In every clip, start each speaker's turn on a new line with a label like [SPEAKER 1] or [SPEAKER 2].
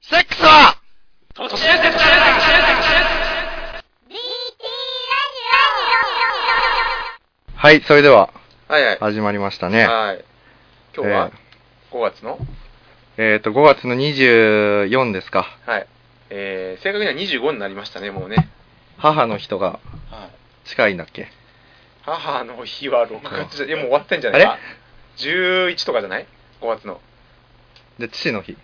[SPEAKER 1] セックスは
[SPEAKER 2] 都市伝説だよ都市伝説都市伝説
[SPEAKER 3] DT ラジ
[SPEAKER 4] はい、それでは
[SPEAKER 5] はいはい。
[SPEAKER 4] 始まりましたね。
[SPEAKER 5] はい。今日は5月の、
[SPEAKER 4] えっ、と、5月の24ですか。
[SPEAKER 5] はい。えー、正確には25になりましたね、もうね。
[SPEAKER 4] 母の人が
[SPEAKER 5] はい。
[SPEAKER 4] 近いんだっけ
[SPEAKER 5] 母の日は6月じゃ、いやもう終わってんじゃ
[SPEAKER 4] あ
[SPEAKER 5] ない
[SPEAKER 4] れ
[SPEAKER 5] か。11とかじゃない ?5 月の。
[SPEAKER 4] で、父の日。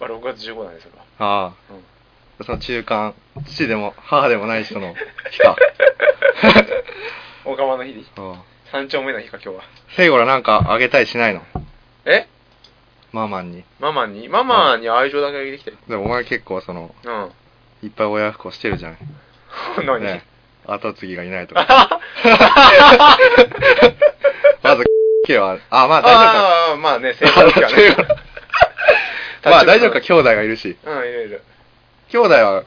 [SPEAKER 5] まあ、6月15なんですよ。
[SPEAKER 4] あ あ、
[SPEAKER 5] うん
[SPEAKER 4] その中間、父でも母でもない人の日か。
[SPEAKER 5] 大釜の日、
[SPEAKER 4] うん
[SPEAKER 5] 三丁目の日か、今日は。
[SPEAKER 4] セイゴラなんかあげたりしないの
[SPEAKER 5] え
[SPEAKER 4] ママンに。
[SPEAKER 5] ママにママに愛情だけあげてきてる。
[SPEAKER 4] でもお前結構その、
[SPEAKER 5] うん。
[SPEAKER 4] いっぱい親不孝してるじゃない。
[SPEAKER 5] 何、
[SPEAKER 4] ね後継ぎがいないとか。 まず、 けは、あ、まあ大丈夫か。
[SPEAKER 5] ああー、まあね、 正解ですからね。
[SPEAKER 4] まあ大丈夫か、兄弟がいるし。
[SPEAKER 5] うん、いろいろ。
[SPEAKER 4] 兄弟は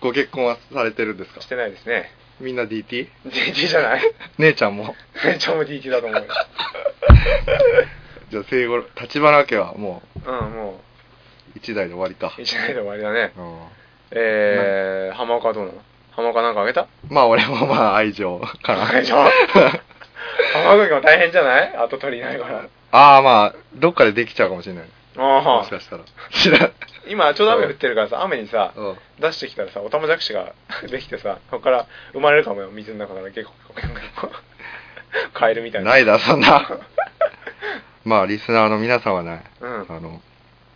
[SPEAKER 4] ご結婚はされてるんですか
[SPEAKER 5] してないですね。
[SPEAKER 4] みんな DT?
[SPEAKER 5] DT じゃない
[SPEAKER 4] 姉ちゃんも
[SPEAKER 5] めっちゃもう DT だと思うよ。
[SPEAKER 4] じゃあ生後立花家はも
[SPEAKER 5] うん、も
[SPEAKER 4] う一代で終わりか
[SPEAKER 5] う、一年で終わりだね。
[SPEAKER 4] うん
[SPEAKER 5] えー、浜岡はどうなの浜岡なんかあげた
[SPEAKER 4] まあ俺もまあ愛情かな
[SPEAKER 5] 愛情浜岡君も大変じゃない後取りいないから。
[SPEAKER 4] ああまあどっかでできちゃうかもしれない
[SPEAKER 5] あ
[SPEAKER 4] もし
[SPEAKER 5] あ
[SPEAKER 4] か。したら知らん
[SPEAKER 5] 今、ちょうど雨降ってるからさ、雨にさ、
[SPEAKER 4] うん
[SPEAKER 5] 出してきたらさ、オタマジャクシができてさ、そこから生まれるかもよ、水の中から結構、カエルみたいな。
[SPEAKER 4] ないだそん なまあリスナーの皆さんはね
[SPEAKER 5] うん。
[SPEAKER 4] あの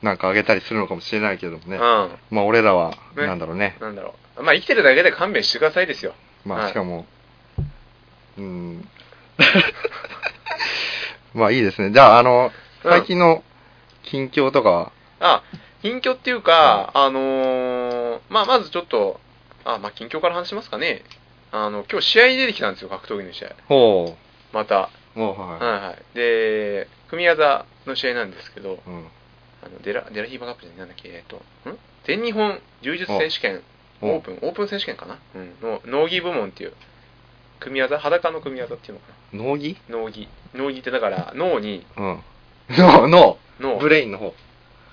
[SPEAKER 4] なんかあげたりするのかもしれないけども
[SPEAKER 5] う
[SPEAKER 4] ね
[SPEAKER 5] ん。
[SPEAKER 4] まあ俺らは
[SPEAKER 5] ね
[SPEAKER 4] なんだろうね
[SPEAKER 5] なんだろう。まあ、生きてるだけで勘弁してくださいですよ。
[SPEAKER 4] ま
[SPEAKER 5] は
[SPEAKER 4] あ
[SPEAKER 5] い
[SPEAKER 4] しかも、うー んまあいいですねじゃああの
[SPEAKER 5] うん
[SPEAKER 4] 最近の近況とかは
[SPEAKER 5] あ、近況っていうか、あのーまあ、まずちょっと、あ、まあ、近況から話しますかね。あの、今日試合に出てきたんですよ、格闘技の試合。
[SPEAKER 4] ほ
[SPEAKER 5] また。
[SPEAKER 4] うもうはい、
[SPEAKER 5] はいはい。で、組み技の試合なんですけど、
[SPEAKER 4] うん
[SPEAKER 5] あのデラデラヒーバーカップじゃないなんだっけ、えっと、ん全日本柔術選手権
[SPEAKER 4] お
[SPEAKER 5] オープン、オープン選手権かな、うん、の農技部門っていう、組み技、裸の組み技っていうのか
[SPEAKER 4] 脳技
[SPEAKER 5] な、農技。農技ってだから、脳に、
[SPEAKER 4] うん 脳脳
[SPEAKER 5] 脳、
[SPEAKER 4] ブレインの方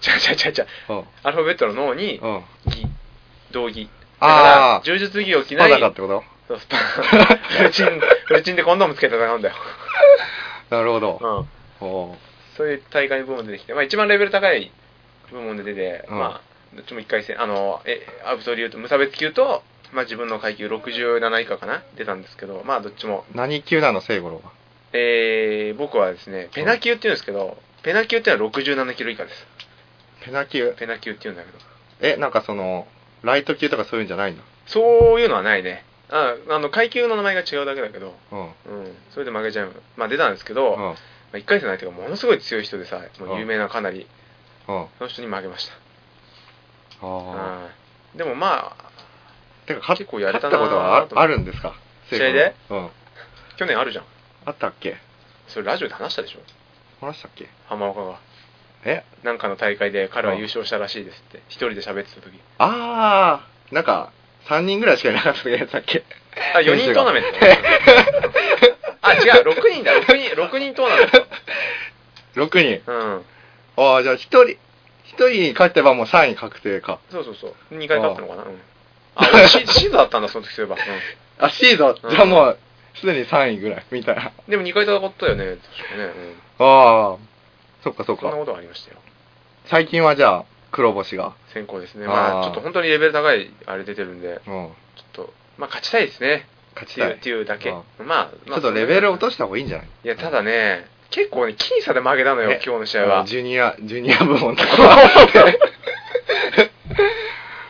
[SPEAKER 5] ちゃちゃちゃちゃ、
[SPEAKER 4] うん
[SPEAKER 5] アルファベットの脳に、
[SPEAKER 4] うん
[SPEAKER 5] 技、道技。だ
[SPEAKER 4] あ
[SPEAKER 5] か
[SPEAKER 4] あ
[SPEAKER 5] ら、柔術技を着
[SPEAKER 4] ス
[SPEAKER 5] な
[SPEAKER 4] パ
[SPEAKER 5] い
[SPEAKER 4] ダ、かってこと
[SPEAKER 5] そうスパフルチン、フルチンでコンドームつけて戦うんだよ。
[SPEAKER 4] なるほど、
[SPEAKER 5] うん。
[SPEAKER 4] ほ
[SPEAKER 5] そういう大会部門で出てきて、まあ、一番レベル高い部門で出て、
[SPEAKER 4] うん
[SPEAKER 5] まあ、どっちも1回戦、あの、え、アブソリュート、無差別級と、まあ、自分の階級67以下かな、出たんですけど、まあ、どっちも、
[SPEAKER 4] う何級なの聖五郎は
[SPEAKER 5] えー、僕はですね、ペナ級っていうんですけど、ペナ級っていうのは67キロ以下です。
[SPEAKER 4] ペナ級
[SPEAKER 5] ペナ級っていうんだけど、
[SPEAKER 4] えなんかそのライト級とかそういうんじゃないの
[SPEAKER 5] そういうのはないね。ああの階級の名前が違うだけだけど、
[SPEAKER 4] うん
[SPEAKER 5] うん、それで負けちゃう。まあ、出たんですけど、ま
[SPEAKER 4] うん
[SPEAKER 5] あ、1回戦の相手がものすごい強い人でさ、もう有名なかなり、
[SPEAKER 4] うん
[SPEAKER 5] その人に負けました。
[SPEAKER 4] ああ
[SPEAKER 5] うんでもまあ、
[SPEAKER 4] てか勝
[SPEAKER 5] 結構やれた
[SPEAKER 4] 勝っ
[SPEAKER 5] な
[SPEAKER 4] た
[SPEAKER 5] ー
[SPEAKER 4] ことはああるんですか
[SPEAKER 5] 試合で
[SPEAKER 4] 聖五郎うん
[SPEAKER 5] 去年あるじゃん。
[SPEAKER 4] あったっけ
[SPEAKER 5] それラジオで話したでしょ
[SPEAKER 4] 話したっけ
[SPEAKER 5] 浜岡が
[SPEAKER 4] え
[SPEAKER 5] なんかの大会で彼は優勝したらしいですって一人で喋ってた時
[SPEAKER 4] ああなんか3人ぐらいしかいなかったやつだっけ
[SPEAKER 5] あ4人トーナメントあ違う6人だ6人六人トーナメン
[SPEAKER 4] 6人
[SPEAKER 5] トうん
[SPEAKER 4] ああじゃあ1人1人に勝てばもう3位確定か
[SPEAKER 5] そうそうそう2回勝ったのかなうんあ俺シシーズだったんだその時そういえば、う、
[SPEAKER 4] あシードじゃあもうすでに3位ぐらいみたいなん
[SPEAKER 5] でも2回戦ったよね確かね、うん、
[SPEAKER 4] ああそっかそっ
[SPEAKER 5] そんな
[SPEAKER 4] か
[SPEAKER 5] ことがありましたよ
[SPEAKER 4] 最近はじゃあ黒星が
[SPEAKER 5] 先行ですね
[SPEAKER 4] あ
[SPEAKER 5] ま
[SPEAKER 4] ー
[SPEAKER 5] あちょっと本当にレベル高いあれ出てるんで
[SPEAKER 4] うん
[SPEAKER 5] ちょっとまあ勝ちたいですね
[SPEAKER 4] 勝
[SPEAKER 5] っ
[SPEAKER 4] ち
[SPEAKER 5] てい
[SPEAKER 4] た
[SPEAKER 5] う
[SPEAKER 4] い
[SPEAKER 5] っていうだけ
[SPEAKER 4] あ
[SPEAKER 5] まあ、
[SPEAKER 4] ち
[SPEAKER 5] まあ、
[SPEAKER 4] ょっとレベル落と
[SPEAKER 5] し
[SPEAKER 4] した方がいいんじゃない
[SPEAKER 5] いやただね結構ね僅差で負けたのよ
[SPEAKER 4] ね
[SPEAKER 5] 今日の試合は
[SPEAKER 4] ジュニアジュニア部門と か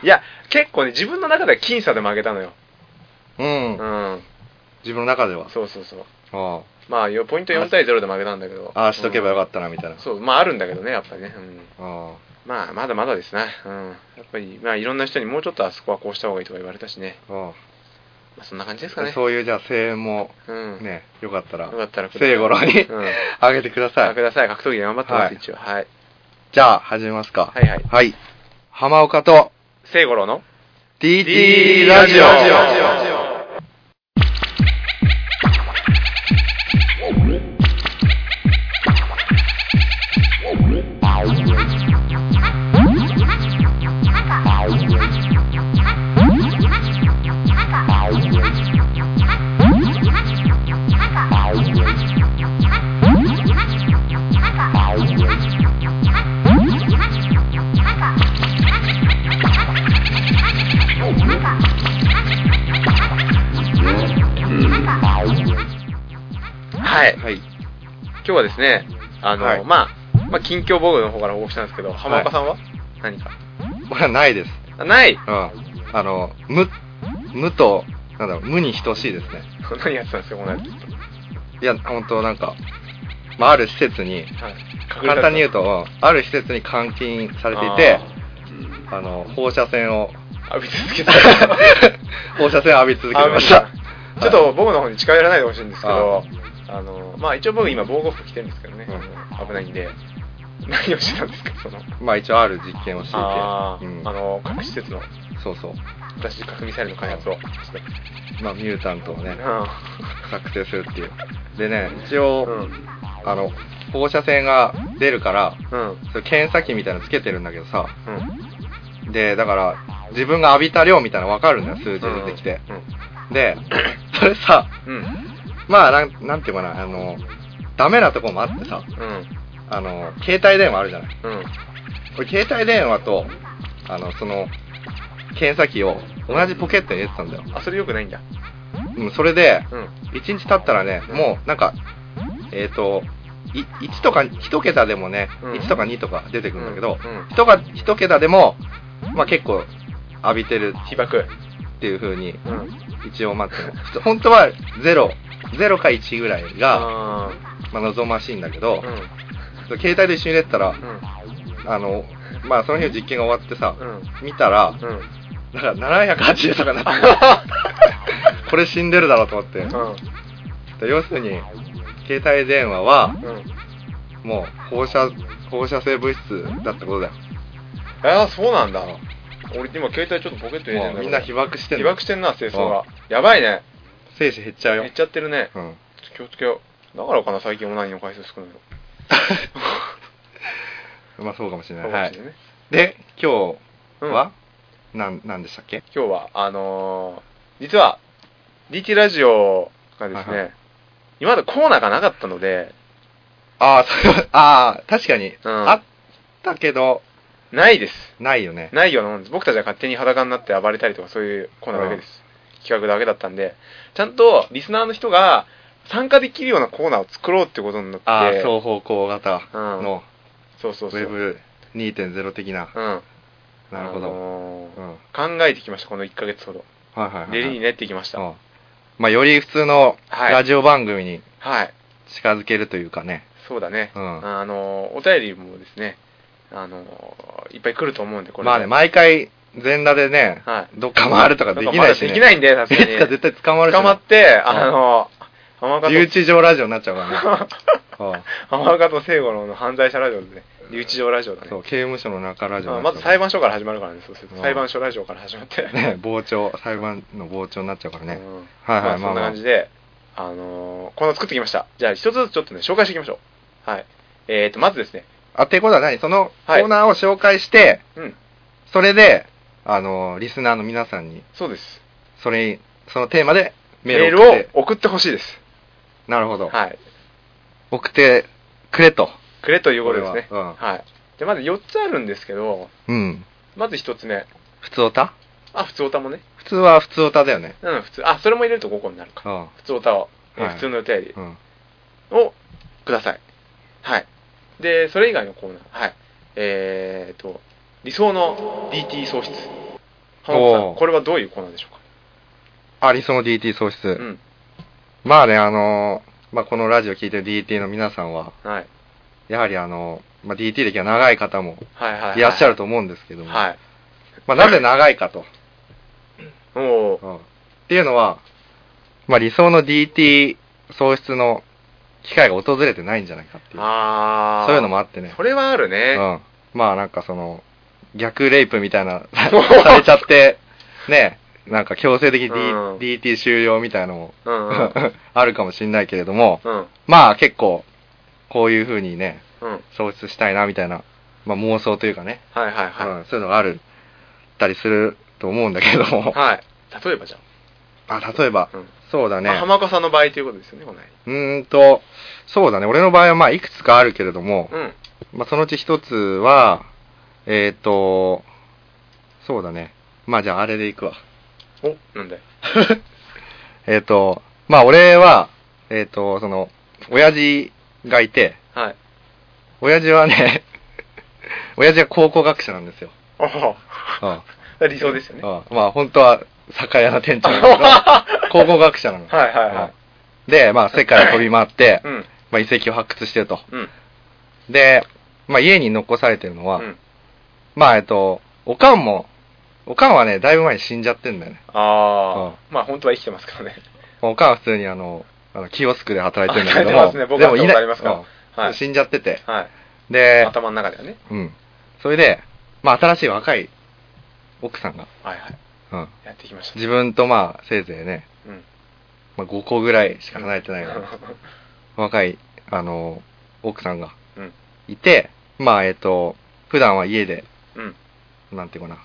[SPEAKER 5] いや、結構ね、自分の中では僅差で負けたのよ。
[SPEAKER 4] う
[SPEAKER 5] うんん。
[SPEAKER 4] 自分の中では
[SPEAKER 5] そうそうそう。
[SPEAKER 4] あ
[SPEAKER 5] まあ、よポイント4対0で負けたんだけど。
[SPEAKER 4] あああしとけばよ
[SPEAKER 5] っ
[SPEAKER 4] かったなみたいな
[SPEAKER 5] た。そう、まああるんだけどね、やっぱりね。うん。
[SPEAKER 4] あ
[SPEAKER 5] まあ、まだまだですな。うん。やっぱり、まあ、いろんな人にもうちょっとあそこはこうした方がいいとか言われたしね。
[SPEAKER 4] ああ
[SPEAKER 5] まあ、そんな感じですか
[SPEAKER 4] あ
[SPEAKER 5] ね。
[SPEAKER 4] そういうじゃあ声援も
[SPEAKER 5] うん。
[SPEAKER 4] ねよかったら
[SPEAKER 5] よかったら、
[SPEAKER 4] 聖五郎に
[SPEAKER 5] うん。
[SPEAKER 4] あげてください
[SPEAKER 5] ください。格闘技頑張ってま
[SPEAKER 4] は
[SPEAKER 5] す、
[SPEAKER 4] い
[SPEAKER 5] 一応。はい。
[SPEAKER 4] じゃあ始めますか
[SPEAKER 5] はいはい。
[SPEAKER 4] はい浜岡と
[SPEAKER 5] 聖五郎の
[SPEAKER 4] TT ラジオ
[SPEAKER 3] オ
[SPEAKER 5] はい。
[SPEAKER 4] はい。
[SPEAKER 5] 今日はですね、あの、
[SPEAKER 4] はい
[SPEAKER 5] まあ、まあ、近況ボードの方から報告したんですけど、浜岡さんは、何か
[SPEAKER 4] 僕はないです。
[SPEAKER 5] あない
[SPEAKER 4] うん。あの、無、無と、なんだろう、無に等しいですね。
[SPEAKER 5] 何やってたんですか、この間。
[SPEAKER 4] いや、本当なんか、まあ、ある施設に、
[SPEAKER 5] はい
[SPEAKER 4] 簡単に言う、と、うんある施設に監禁されていて、あの、放射線 を、
[SPEAKER 5] あー、浴び 続けた。
[SPEAKER 4] 放射線を浴び続けてました。
[SPEAKER 5] ちょっと僕の方に近寄らないでほしいんですけ
[SPEAKER 4] は
[SPEAKER 5] ど、あの、まあ一応僕今防護服着てるんですけどね、
[SPEAKER 4] うん
[SPEAKER 5] あの危ないんで、何をしてたんですか、その、
[SPEAKER 4] まあ一応ある実験をしていて、
[SPEAKER 5] あー、
[SPEAKER 4] うん
[SPEAKER 5] あの、各施設の、
[SPEAKER 4] そうそう。
[SPEAKER 5] 私し核ミサイルの開発をして、
[SPEAKER 4] まあミュータントをね、
[SPEAKER 5] う
[SPEAKER 4] 作成するっていう。でね、一
[SPEAKER 5] ん
[SPEAKER 4] 応、
[SPEAKER 5] うん。
[SPEAKER 4] あの、放射線が出るから、
[SPEAKER 5] うん。
[SPEAKER 4] それ検査機みたいなのつけてるんだけどさ、
[SPEAKER 5] うん。
[SPEAKER 4] で、だから、自分が浴びた量みたいなの分かるんだよ、数字
[SPEAKER 5] うん。
[SPEAKER 4] 出てきて。
[SPEAKER 5] うん。
[SPEAKER 4] で、 それさ、
[SPEAKER 5] うん。
[SPEAKER 4] まあなん、なんていうかな、あの、ダメなとこもあってさ、
[SPEAKER 5] うん。
[SPEAKER 4] あの、携帯電話あるじゃない。
[SPEAKER 5] うん。
[SPEAKER 4] これ携帯電話と、あの、その、検査機を同じポケットに入れてたんだよ。
[SPEAKER 5] あ、それ良くないんだ。
[SPEAKER 4] うん、それで、
[SPEAKER 5] うん。
[SPEAKER 4] 1日経ったらね、もうなんか、えっ、と、い1とか1桁でもね、
[SPEAKER 5] うん
[SPEAKER 4] 1とか2とか出てくるんだけど、
[SPEAKER 5] うん。
[SPEAKER 4] 1が1桁でも、まあ結構浴びてる
[SPEAKER 5] 被爆。
[SPEAKER 4] っていう風に、
[SPEAKER 5] うん。
[SPEAKER 4] 一応待ってる。ひと本当は0、0か1ぐらいが、
[SPEAKER 5] あ
[SPEAKER 4] まあ望ましいんだけど
[SPEAKER 5] ー、うん。
[SPEAKER 4] 携帯で一緒に入れてたら、
[SPEAKER 5] うん。
[SPEAKER 4] あの、まあその日の実験が終わってさ、
[SPEAKER 5] うん。
[SPEAKER 4] 見たら、
[SPEAKER 5] うん。
[SPEAKER 4] なんか780とかな って、これ死んでるだろうと思って。で要するに、携帯電話は、
[SPEAKER 5] うん。うん。
[SPEAKER 4] もう放射、放射性物質だってことだよ。
[SPEAKER 5] ああ、そうなんだ。俺今携帯ちょっとポケット入れてんだけ
[SPEAKER 4] もう
[SPEAKER 5] ど
[SPEAKER 4] みんな被爆してん
[SPEAKER 5] 被
[SPEAKER 4] の
[SPEAKER 5] 爆。してんな、清掃が。やばいね。
[SPEAKER 4] 精子減っちゃうよ
[SPEAKER 5] 減っ。ちゃってるね。
[SPEAKER 4] うん。
[SPEAKER 5] ちょっと気をつけよう。だからかな、最近オナニーの回数少ないの。
[SPEAKER 4] まあそうかもしれない。
[SPEAKER 5] か
[SPEAKER 4] は
[SPEAKER 5] もし
[SPEAKER 4] い
[SPEAKER 5] れ。ないね
[SPEAKER 4] で、今日
[SPEAKER 5] うん
[SPEAKER 4] は、なん、なんでしたっけ
[SPEAKER 5] 今日は、あのー、実は、DT ラジオがです
[SPEAKER 4] はいは
[SPEAKER 5] ね、今までコーナーがなかったので、
[SPEAKER 4] ああ、それは、 ああ、確かに、
[SPEAKER 5] うん
[SPEAKER 4] あったけど、
[SPEAKER 5] ないです。
[SPEAKER 4] ないよね。
[SPEAKER 5] ないようなもんです。僕たちは勝手に裸になって暴れたりとかそういうコーナーだけです。企画だけだったんで、ちゃんとリスナーの人が参加できるようなコーナーを作ろうってことになって、
[SPEAKER 4] ああ、双方向型
[SPEAKER 5] うん
[SPEAKER 4] の
[SPEAKER 5] そうそう
[SPEAKER 4] ウ
[SPEAKER 5] そう。
[SPEAKER 4] ェブ2.0的な。
[SPEAKER 5] うん。
[SPEAKER 4] なるほど。
[SPEAKER 5] あのー
[SPEAKER 4] うん。はい
[SPEAKER 5] 考えてきました、この1ヶ月ほど。
[SPEAKER 4] はいはいはい。
[SPEAKER 5] 練りに練ってきました。
[SPEAKER 4] うんまあ、より普通の
[SPEAKER 5] はい
[SPEAKER 4] ラジオ番組に
[SPEAKER 5] はい。
[SPEAKER 4] 近づけるというかね。
[SPEAKER 5] そうだね。
[SPEAKER 4] うん
[SPEAKER 5] あのー、お便りもですね、あのー、いっぱい来ると思うんで、これ。
[SPEAKER 4] まあね、毎回全裸でね、
[SPEAKER 5] は
[SPEAKER 4] どっか回るとかできないし、ね。
[SPEAKER 5] できないんで、さすが に。
[SPEAKER 4] いつか絶対捕まるしね、
[SPEAKER 5] 捕まって、あのー、浜岡と
[SPEAKER 4] 留置場ラジオになっちゃう からね。うん
[SPEAKER 5] 浜岡と聖五郎の犯罪者ラジオですね。留置場ラジオだね
[SPEAKER 4] そ。う、刑務所の中ラジオに
[SPEAKER 5] あ
[SPEAKER 4] なっ
[SPEAKER 5] ま
[SPEAKER 4] ちゃう
[SPEAKER 5] ず裁判所から始まるからね、そうすると
[SPEAKER 4] うん
[SPEAKER 5] 裁判所ラジオから始まって。
[SPEAKER 4] ね、 傍聴、裁判の傍聴になっちゃうから
[SPEAKER 5] う
[SPEAKER 4] ね。
[SPEAKER 5] ん
[SPEAKER 4] はいはい、
[SPEAKER 5] まあそんな
[SPEAKER 4] まあ
[SPEAKER 5] 感じで、あのー、この作ってきました。じゃあ、一つずつちょっとね、紹介していきましょう。はい。えーと、まずですね、
[SPEAKER 4] あ、ってことは何そのコ
[SPEAKER 5] はい
[SPEAKER 4] ーナーを紹介して、
[SPEAKER 5] うん、
[SPEAKER 4] それで、あの、リスナーの皆さんに、
[SPEAKER 5] そうです。
[SPEAKER 4] それに、そのテーマでメ
[SPEAKER 5] メ
[SPEAKER 4] ー
[SPEAKER 5] ー
[SPEAKER 4] ル
[SPEAKER 5] ル
[SPEAKER 4] を送
[SPEAKER 5] を
[SPEAKER 4] って、
[SPEAKER 5] 送ってほしいです。
[SPEAKER 4] なるほど、
[SPEAKER 5] はい。
[SPEAKER 4] 送ってくれと。
[SPEAKER 5] くれということですね。
[SPEAKER 4] これはうん
[SPEAKER 5] はい。で、まず4つあるんですけど、
[SPEAKER 4] うん。
[SPEAKER 5] まず1つ目。
[SPEAKER 4] 普通歌
[SPEAKER 5] あ、普通歌もね。
[SPEAKER 4] 普通は普通歌だよね。
[SPEAKER 5] うん、普通。あ、それも入れると5個になるか。
[SPEAKER 4] うん。
[SPEAKER 5] 普通歌を、えー
[SPEAKER 4] はい
[SPEAKER 5] 普通のお便り
[SPEAKER 4] うん。
[SPEAKER 5] をください。はい。で、それ以外のコーナー。はい。えーと、理想の DT 喪失。浜岡さ
[SPEAKER 4] お
[SPEAKER 5] ん、
[SPEAKER 4] ー
[SPEAKER 5] これはどういうコーナーでしょう
[SPEAKER 4] ありその DT 喪失。
[SPEAKER 5] かうん。
[SPEAKER 4] まあね、あのーまあこのラジオ聞いてる DT の皆さんは、
[SPEAKER 5] はい。
[SPEAKER 4] やはりあのーまあ DT 歴が長い方も
[SPEAKER 5] はいはい、はい。
[SPEAKER 4] いらっしゃると思うんですけども、
[SPEAKER 5] はい。
[SPEAKER 4] まあなぜ長いかと。
[SPEAKER 5] おー
[SPEAKER 4] うんっていうのは、まあ理想の DT 喪失の機会が訪れてないんじゃないかっていう。
[SPEAKER 5] あー。
[SPEAKER 4] そういうの
[SPEAKER 5] あ
[SPEAKER 4] もあってね。
[SPEAKER 5] それはあるね。
[SPEAKER 4] うん。まあなんかその、逆レイプみたい な、されちゃって、ね、なんか強制的に D、
[SPEAKER 5] うん
[SPEAKER 4] DT 終了みたいなのも、
[SPEAKER 5] うんうん。
[SPEAKER 4] あるかもしれないけれども、
[SPEAKER 5] うん。
[SPEAKER 4] まあ結構、こういう風にね、
[SPEAKER 5] うん。
[SPEAKER 4] 創出したいなみたいな、まあ妄想というかね、
[SPEAKER 5] はいはいはい。
[SPEAKER 4] うん、そういうのがある、たりすると思うんだけども、
[SPEAKER 5] はい。例えばじゃ
[SPEAKER 4] あ、例えば
[SPEAKER 5] あ。、うん。
[SPEAKER 4] そうだ
[SPEAKER 5] まあ
[SPEAKER 4] ね、
[SPEAKER 5] 浜岡さんの場合ということですよね、この
[SPEAKER 4] うーんと、そうだね、俺の場合はまあいくつかあるけれども、
[SPEAKER 5] 間。うん。
[SPEAKER 4] まあそのうち一つは、えっ、と、そうだね、まあじゃああれでいくわ。
[SPEAKER 5] おなんだよ。
[SPEAKER 4] えっと、まあ俺は、えっ、と、その、親父がいて、
[SPEAKER 5] はい。
[SPEAKER 4] 親父はね、 親父は考古学者なんですよ。
[SPEAKER 5] おお。
[SPEAKER 4] あ
[SPEAKER 5] 理想ですよね。は
[SPEAKER 4] あまあ本当は酒屋の店長なん だけど、考古学者なの。
[SPEAKER 5] いはいは
[SPEAKER 4] うんで、まあ世界を飛び回って
[SPEAKER 5] い。、うん。
[SPEAKER 4] まあ遺跡を発掘してると。
[SPEAKER 5] うん。
[SPEAKER 4] で、まあ家に残されてるのは、
[SPEAKER 5] うん
[SPEAKER 4] まあえっと、おかんも、おかんはね、だいぶ前に死んじゃってんだよね。
[SPEAKER 5] ああ。まあ本当は生きてま すからね。
[SPEAKER 4] おかんは普通にあの、あのキオスクで働いてるんだけど
[SPEAKER 5] 働い
[SPEAKER 4] も、
[SPEAKER 5] てますね僕は
[SPEAKER 4] でもい
[SPEAKER 5] 見た
[SPEAKER 4] な
[SPEAKER 5] ことありますから
[SPEAKER 4] うん
[SPEAKER 5] はい。
[SPEAKER 4] 死んじゃってて。
[SPEAKER 5] はい。
[SPEAKER 4] で、
[SPEAKER 5] 頭の中ではね。
[SPEAKER 4] うん。それで、まあ新しい若い奥さんが、
[SPEAKER 5] はいはい。
[SPEAKER 4] うん、
[SPEAKER 5] やってきました。
[SPEAKER 4] 自分とまあせいぜいね、
[SPEAKER 5] うん。
[SPEAKER 4] まあ、5個ぐらいしか離れてないような若い、あの、奥さんが
[SPEAKER 5] うん。
[SPEAKER 4] いて、まあえっ、と、普段は家で、
[SPEAKER 5] うん。
[SPEAKER 4] なんていうかな、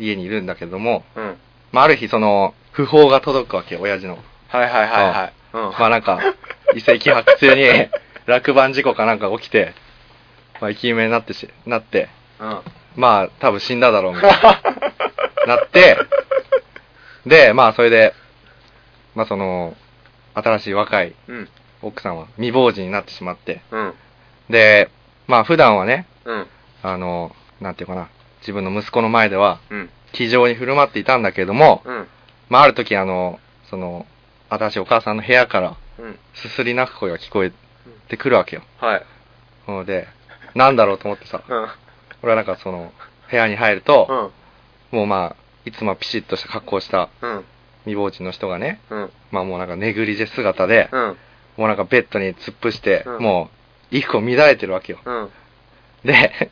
[SPEAKER 4] 家にいるんだけども、
[SPEAKER 5] うん。
[SPEAKER 4] まあある日その、訃報が届くわけ、親父の。
[SPEAKER 5] はいはいはいはい。うん。
[SPEAKER 4] まあなんか、遺跡発掘中に 落盤事故かなんか起きて、まあ生き埋めになってし、なって、
[SPEAKER 5] うん。
[SPEAKER 4] まあ多分死んだだろうみたい な、なって、で、まあそれで、まあその、新しい若い
[SPEAKER 5] うん。
[SPEAKER 4] 奥さんは未亡人になってしまって、
[SPEAKER 5] うん。
[SPEAKER 4] で、まあ普段はね、
[SPEAKER 5] うん。
[SPEAKER 4] あの、なんていうかな、自分の息子の前では、
[SPEAKER 5] うん。
[SPEAKER 4] 気丈に振る舞っていたんだけれども、
[SPEAKER 5] うん。
[SPEAKER 4] まあある時あの、その、新しいお母さんの部屋から、
[SPEAKER 5] うん。
[SPEAKER 4] すすり泣く声が聞こえてくるわけよ。
[SPEAKER 5] はい。
[SPEAKER 4] なので、なんだろうと思ってさ、
[SPEAKER 5] うん。
[SPEAKER 4] 俺はなんかその、部屋に入ると、
[SPEAKER 5] うん。
[SPEAKER 4] もうまあ、いつもはピシッとした格好をした
[SPEAKER 5] うん。
[SPEAKER 4] 未亡人の人がね、
[SPEAKER 5] うん。
[SPEAKER 4] まあもうなんかネグリジェ姿で、
[SPEAKER 5] うん。
[SPEAKER 4] もうなんかベッドに突っ伏して、
[SPEAKER 5] うん
[SPEAKER 4] もう、衣服を乱れてるわけよ。
[SPEAKER 5] うん。
[SPEAKER 4] で、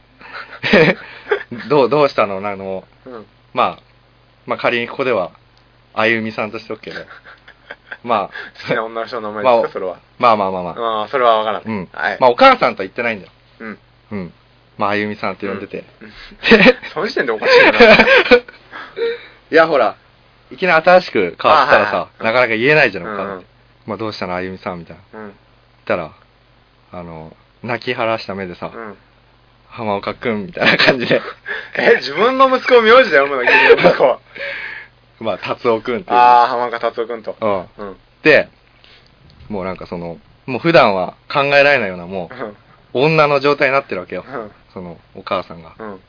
[SPEAKER 4] どう、どうしたのあの、
[SPEAKER 5] うん。
[SPEAKER 4] まあ、まあ仮にここでは、あゆみさんとしておくけ ど、まあ、
[SPEAKER 5] 好きな女の人の名前ですか、それは。
[SPEAKER 4] まあまあまあまあ、
[SPEAKER 5] ああ、それはわからん。
[SPEAKER 4] うん。
[SPEAKER 5] はい。
[SPEAKER 4] まあお母さんとは言ってないんだよ。
[SPEAKER 5] うん。
[SPEAKER 4] うん。まあ、あゆみさんって呼んでて。
[SPEAKER 5] その時点でおかしいな。
[SPEAKER 4] いや、ほら、いきなり新しく変わったら
[SPEAKER 5] あは
[SPEAKER 4] さ、
[SPEAKER 5] い
[SPEAKER 4] なかなか言えないじゃないか。
[SPEAKER 5] うんうん
[SPEAKER 4] まあ、どうしたの、あゆみさんみたいな。
[SPEAKER 5] うん。
[SPEAKER 4] 言ったら、あの、泣き晴らした目でさ、
[SPEAKER 5] うん。
[SPEAKER 4] 浜岡くんみたいな感じ で、
[SPEAKER 5] え、自分の息子を名字で呼ぶの、自分の息子を。
[SPEAKER 4] まあ、達夫くんっていう。
[SPEAKER 5] ああ、浜岡達夫君と。
[SPEAKER 4] うん。
[SPEAKER 5] うん。
[SPEAKER 4] で、もうなんかその、もう普段は考えられないような、も
[SPEAKER 5] う
[SPEAKER 4] う、
[SPEAKER 5] ん。
[SPEAKER 4] 女の状態になってるわけよ。
[SPEAKER 5] うん。
[SPEAKER 4] その、お母さんが。
[SPEAKER 5] うん。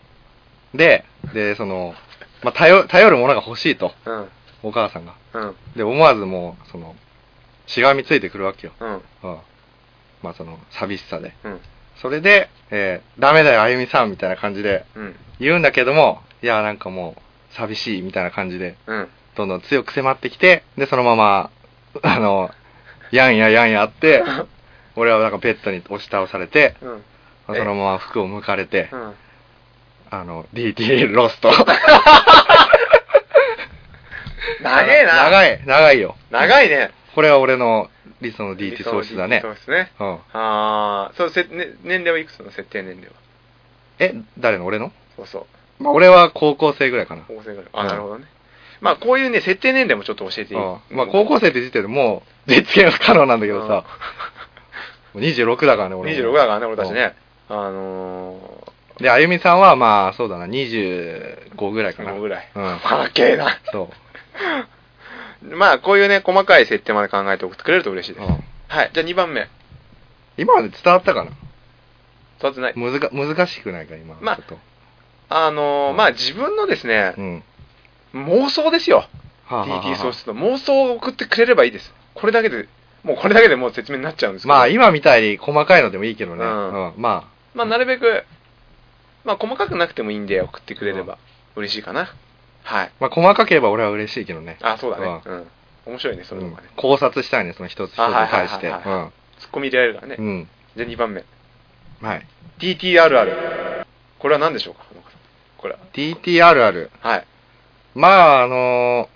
[SPEAKER 4] で、で、その、まあ、頼、頼るものが欲しいと、
[SPEAKER 5] うん。
[SPEAKER 4] お母さんが。
[SPEAKER 5] うん。
[SPEAKER 4] で、思わずもう、その、しがみついてくるわけよ。
[SPEAKER 5] うん。
[SPEAKER 4] うん。まあ、その、寂しさで。
[SPEAKER 5] うん。
[SPEAKER 4] それで、えーダメだよ、あゆみさん、みたいな感じで
[SPEAKER 5] うん。
[SPEAKER 4] 言うんだけども、いや、なんかもう、寂しい、みたいな感じで、
[SPEAKER 5] うん。
[SPEAKER 4] どんどん強く迫ってきて、で、そのまま、 あの、やんややんやあ って、俺はなんかベッドに押し倒されて、
[SPEAKER 5] うん。
[SPEAKER 4] まあそのまま服を剥かれて、
[SPEAKER 5] うん。
[SPEAKER 4] あの、DTL ロ スト。
[SPEAKER 5] 長えな。い。
[SPEAKER 4] 長い、長いよ。
[SPEAKER 5] 長いね。
[SPEAKER 4] これは俺の理想の DT 喪失だね
[SPEAKER 5] そ。うですね。
[SPEAKER 4] うん。
[SPEAKER 5] ああ、そう、せ、ね、年齢はいくつの設定年齢は。
[SPEAKER 4] え、誰の俺の
[SPEAKER 5] そうそう。
[SPEAKER 4] まあ、俺は高校生ぐらいかな。
[SPEAKER 5] 高校生ぐらい。
[SPEAKER 4] う
[SPEAKER 5] あ、
[SPEAKER 4] ん
[SPEAKER 5] なるほどね。まあ、こういうね、設定年齢もちょっと教えていい
[SPEAKER 4] うんまあ、高校生って時点でもう、実現不可能なんだけどさ、もう26だからね、俺も。
[SPEAKER 5] 26だからね、俺たちね。あの
[SPEAKER 4] うん。で、あゆみさんは、まあ、そうだな、25ぐらい
[SPEAKER 5] ー、
[SPEAKER 4] かな。
[SPEAKER 5] 5ぐらい。
[SPEAKER 4] うん。
[SPEAKER 5] かけえな。
[SPEAKER 4] そう。
[SPEAKER 5] まあ、こういうね、細かい設定まで考えておくくれると嬉しいです。
[SPEAKER 4] うん
[SPEAKER 5] はい。じゃあ2番目。
[SPEAKER 4] 今まで伝わったかな
[SPEAKER 5] 育てない。
[SPEAKER 4] むずか難しくないか、今。
[SPEAKER 5] まあ
[SPEAKER 4] ちょっと。
[SPEAKER 5] あのー、
[SPEAKER 4] うん
[SPEAKER 5] まあ、自分のですね
[SPEAKER 4] う、ん。
[SPEAKER 5] 妄想ですよ。
[SPEAKER 4] はあはあはあ
[SPEAKER 5] TT 喪失の妄想を送ってくれればいいです。これだけで、もうこれだけでもう説明になっちゃうんですけど。
[SPEAKER 4] まあ、今みたいに細かいのでもいいけどね。う
[SPEAKER 5] うん
[SPEAKER 4] ん。まあ、
[SPEAKER 5] まあ、なるべく、まあ、細かくなくてもいいんで、送ってくれれば嬉しいかな。はい。
[SPEAKER 4] まあ、細かければ俺は嬉しいけどね。
[SPEAKER 5] あ、そうだね。
[SPEAKER 4] う
[SPEAKER 5] うん。面白いね、それの
[SPEAKER 4] うん
[SPEAKER 5] がね。
[SPEAKER 4] 考察したいね、その一つ一つに対して。
[SPEAKER 5] あはいはいは
[SPEAKER 4] うん。
[SPEAKER 5] ツッコミ入れられるから
[SPEAKER 4] う
[SPEAKER 5] ね。
[SPEAKER 4] ん。
[SPEAKER 5] じゃあ2番目。
[SPEAKER 4] はい。
[SPEAKER 5] TTRR。これは何でしょうか、浜岡さんこれは。
[SPEAKER 4] TTRR。
[SPEAKER 5] はい。
[SPEAKER 4] まあ、あの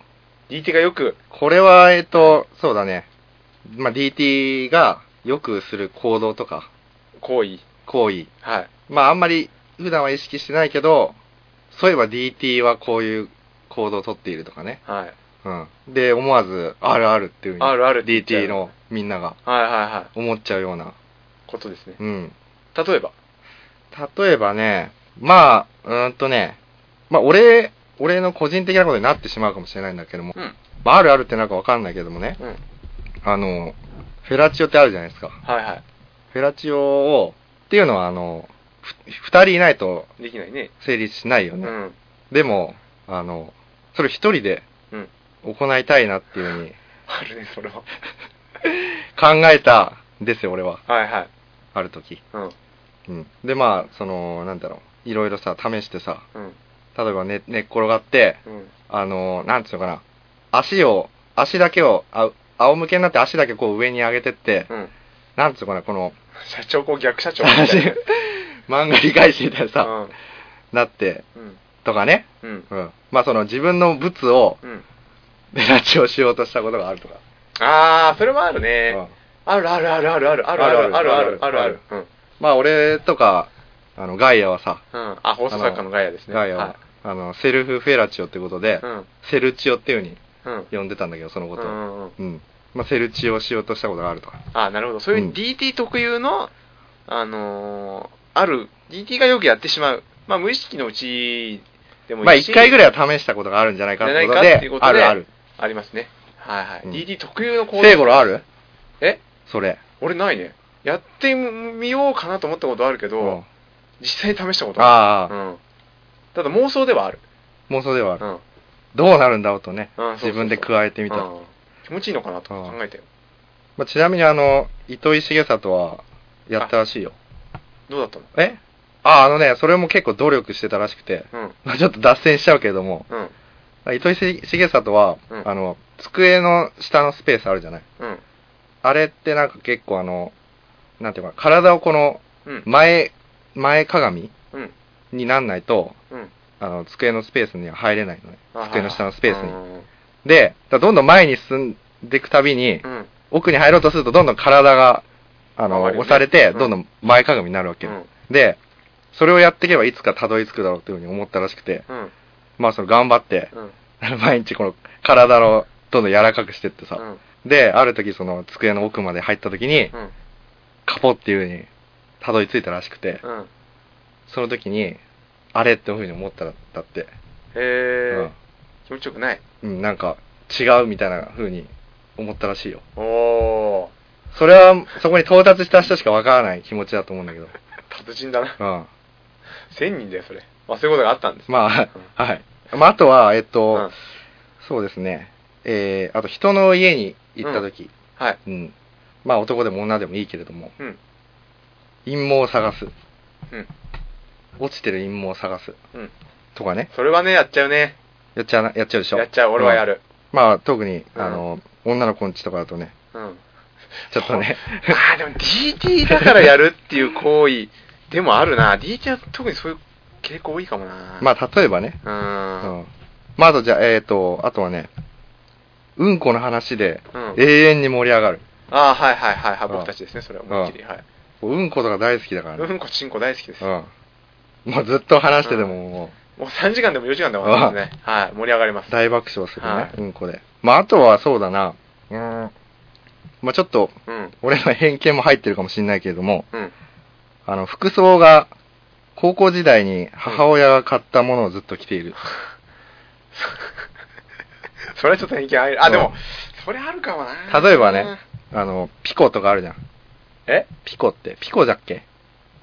[SPEAKER 5] DT がよく、
[SPEAKER 4] ーこれは、えっと、そうだね。まあ、DT がよくする行動とか、
[SPEAKER 5] 行為。
[SPEAKER 4] 行為。
[SPEAKER 5] はい。
[SPEAKER 4] まあ、あんまり普段は意識してないけど、そういえば DT はこういう行動をとっているとかね。
[SPEAKER 5] はい。
[SPEAKER 4] うん。で、思わず、あるあるっていうふうに、
[SPEAKER 5] あるあるって言っちゃう
[SPEAKER 4] DT のみんなが
[SPEAKER 5] はいはいはい。
[SPEAKER 4] 思っちゃうような。
[SPEAKER 5] ことですね。
[SPEAKER 4] うん。
[SPEAKER 5] 例えば。
[SPEAKER 4] 例えばね、まあ、うーんとね、まあ、俺、俺の個人的なことになってしまうかもしれないんだけども、
[SPEAKER 5] うん。
[SPEAKER 4] まあ、あるあるってなんかわかんないけどもね、
[SPEAKER 5] うん。
[SPEAKER 4] あの、フェラチオってあるじゃないですか。
[SPEAKER 5] はいは
[SPEAKER 4] フェラチオを、っていうのは、あの、ふ二人いないと
[SPEAKER 5] い。できないね。
[SPEAKER 4] 成立しないうよね。
[SPEAKER 5] ん。
[SPEAKER 4] でも、あの、それ一人で
[SPEAKER 5] うん。
[SPEAKER 4] 行いたいなっていうふうに
[SPEAKER 5] あるね、それは。
[SPEAKER 4] 考えたんですよ、俺は。
[SPEAKER 5] はいはい。
[SPEAKER 4] ある時。
[SPEAKER 5] うん。
[SPEAKER 4] うん。で、まあ、その、なんだろう。いろいろさ、試してさ、
[SPEAKER 5] うん。
[SPEAKER 4] 例えば寝寝っ転がって、
[SPEAKER 5] うん。
[SPEAKER 4] あの、なんつうのかな。足を、足だけを、あ仰向けになって足だけこう上に上げてって、
[SPEAKER 5] うん。
[SPEAKER 4] なんつうのかな、この、
[SPEAKER 5] 社長こう逆社長み たいなね。
[SPEAKER 4] 漫画理解してみたいなさ、
[SPEAKER 5] う
[SPEAKER 4] なって、
[SPEAKER 5] ん。うん。
[SPEAKER 4] とかね。
[SPEAKER 5] うん。
[SPEAKER 4] うん。まあ、その自分の物を、
[SPEAKER 5] うん。
[SPEAKER 4] ベ ラチをしようとしたことがあるとか。
[SPEAKER 5] あー、それもある
[SPEAKER 4] う
[SPEAKER 5] ね。
[SPEAKER 4] ん
[SPEAKER 5] あるあるあるあるあるあるあるあるあるあるある。うん。
[SPEAKER 4] まあ、俺とか、あの、ガイアはさ、
[SPEAKER 5] うん。あ、放送作家のガイアですね。
[SPEAKER 4] ガイアは、
[SPEAKER 5] は
[SPEAKER 4] あの、セルフフェラチオってことで、
[SPEAKER 5] い。うん。
[SPEAKER 4] セルチオっていうふうに
[SPEAKER 5] うん。
[SPEAKER 4] 呼んでたんだけど、その
[SPEAKER 5] う
[SPEAKER 4] ことを。うん。
[SPEAKER 5] んうん。
[SPEAKER 4] まあ、セルチオをしようとしたことがあるとか。
[SPEAKER 5] あなるほど。そういう DT 特有の、あのー、ある、DT がよくやってしまう。まあ、無意識のうちでも
[SPEAKER 4] まあ、
[SPEAKER 5] いいし。
[SPEAKER 4] 一回ぐらいは試したことがあるんじゃないかってこと
[SPEAKER 5] じゃないか
[SPEAKER 4] で、
[SPEAKER 5] っていうことで
[SPEAKER 4] あるある。
[SPEAKER 5] ありますね。はいはい。
[SPEAKER 4] うん
[SPEAKER 5] DT 特有の行動。
[SPEAKER 4] 聖五郎ある
[SPEAKER 5] え
[SPEAKER 4] それ。
[SPEAKER 5] 俺ないね。やってみようかなと思ったことあるけ
[SPEAKER 4] うん
[SPEAKER 5] ど、実際試したことは
[SPEAKER 4] あ
[SPEAKER 5] う
[SPEAKER 4] あ、
[SPEAKER 5] ん。ただ妄想ではある。
[SPEAKER 4] 妄想ではあ
[SPEAKER 5] う
[SPEAKER 4] る。
[SPEAKER 5] ん。
[SPEAKER 4] どうなるんだろうとね
[SPEAKER 5] うん、そうそうそう
[SPEAKER 4] 自分で加えてみた。
[SPEAKER 5] うん気持ちいいのかなとか考えてよ。
[SPEAKER 4] まあ、ちなみに、あの、糸井重里は、やったらしいよ。
[SPEAKER 5] どうだったの
[SPEAKER 4] えあ、あのね、それも結構努力してたらしくて、
[SPEAKER 5] うん。
[SPEAKER 4] まあ、ちょっと脱線しちゃうけれども、
[SPEAKER 5] うん。
[SPEAKER 4] 糸井重里は、
[SPEAKER 5] うん
[SPEAKER 4] あの、机の下のスペースあるじゃない
[SPEAKER 5] うん。
[SPEAKER 4] あれってなんか結構あの、なんていうか、体をこの
[SPEAKER 5] うん。
[SPEAKER 4] 前、前鏡
[SPEAKER 5] うん。
[SPEAKER 4] になんないと、
[SPEAKER 5] うん。
[SPEAKER 4] あの、机のスペースには入れないのね。
[SPEAKER 5] あ
[SPEAKER 4] 机の下のスペースに。
[SPEAKER 5] うん
[SPEAKER 4] で、だからどんどん前に進んでいくたびに、
[SPEAKER 5] うん。
[SPEAKER 4] 奥に入ろうとするとどんどん体が、あの、
[SPEAKER 5] 回るよね
[SPEAKER 4] 押されて、
[SPEAKER 5] うん
[SPEAKER 4] どんどん前鏡になるわけよ、で、それをやっていけばいつかたどり着くだろうというふうに思ったらしくて、
[SPEAKER 5] うん。うん。
[SPEAKER 4] まあその頑張って、
[SPEAKER 5] うん。
[SPEAKER 4] 毎日この体をどんどん柔らかくしてってさ、
[SPEAKER 5] うん。
[SPEAKER 4] で、ある時その机の奥まで入った時に、
[SPEAKER 5] うん。
[SPEAKER 4] カポっていう風にたどり着いたらしくて、
[SPEAKER 5] うん。
[SPEAKER 4] その時に、あれっていう風に思ったらだって、
[SPEAKER 5] へえ。気持ちよくない。
[SPEAKER 4] うん、うんなんか違うみたいな風に思ったらしいよ。
[SPEAKER 5] おお
[SPEAKER 4] それは、そこに到達した人しかわからない気持ちだと思うんだけど。
[SPEAKER 5] ー。達人だな。
[SPEAKER 4] うん。
[SPEAKER 5] 千人だよ、それ。まあ、そういうことがあったんです。
[SPEAKER 4] まあ、はい。まあ、あとは、えっと、
[SPEAKER 5] うん
[SPEAKER 4] そうですね。えー、あと人の家に行った時、
[SPEAKER 5] はい。
[SPEAKER 4] うん、まあ男でも女でもいいけれども、
[SPEAKER 5] うん。
[SPEAKER 4] 陰謀を探す。
[SPEAKER 5] うん。
[SPEAKER 4] 落ちてる陰謀を探す。
[SPEAKER 5] うん。
[SPEAKER 4] とかね。
[SPEAKER 5] それはね、やっちゃうね。
[SPEAKER 4] やっちゃうな、やっちゃうでしょ
[SPEAKER 5] やっちゃう。俺はやる。
[SPEAKER 4] うんまあ、特に、
[SPEAKER 5] うん
[SPEAKER 4] あの、女の子んちとかだと ね、
[SPEAKER 5] うん。
[SPEAKER 4] ちょっとね。
[SPEAKER 5] ああ、でも DT だからやるっていう行為でもあるな。DT は特にそういう傾向多いかもな。
[SPEAKER 4] まあ、例えばね。う
[SPEAKER 5] あ、うん。
[SPEAKER 4] ん。まあ、あとじゃあ、えっ、と、あとはね、うんこの話で
[SPEAKER 5] うん
[SPEAKER 4] 永遠に盛り上がる。
[SPEAKER 5] ああ、はいはいはいはい。
[SPEAKER 4] うん
[SPEAKER 5] 僕たちですね、それは思いっきり。はい。
[SPEAKER 4] うんことが大好きだからね。
[SPEAKER 5] うんこちんこ大好きです。も
[SPEAKER 4] うん。もうずっと話してても、も
[SPEAKER 5] う3時間でも4時間でも話ですね。はい。盛り上がります
[SPEAKER 4] う。大爆笑するね、
[SPEAKER 5] はい
[SPEAKER 4] うんこで。まあ、あとはそうだな、うーん。まあ、ちょっと、
[SPEAKER 5] うん。
[SPEAKER 4] 俺の偏見も入ってるかもしれないけれども、
[SPEAKER 5] うん。
[SPEAKER 4] あの、服装が、高校時代に母親が買ったものをずっと着ている。
[SPEAKER 5] それはちょっと偏見ある。あ、
[SPEAKER 4] うん
[SPEAKER 5] でも、それあるかもな。
[SPEAKER 4] 例えばね。あの、ピコとかあるじゃん。
[SPEAKER 5] え
[SPEAKER 4] ピコって、ピコだっけ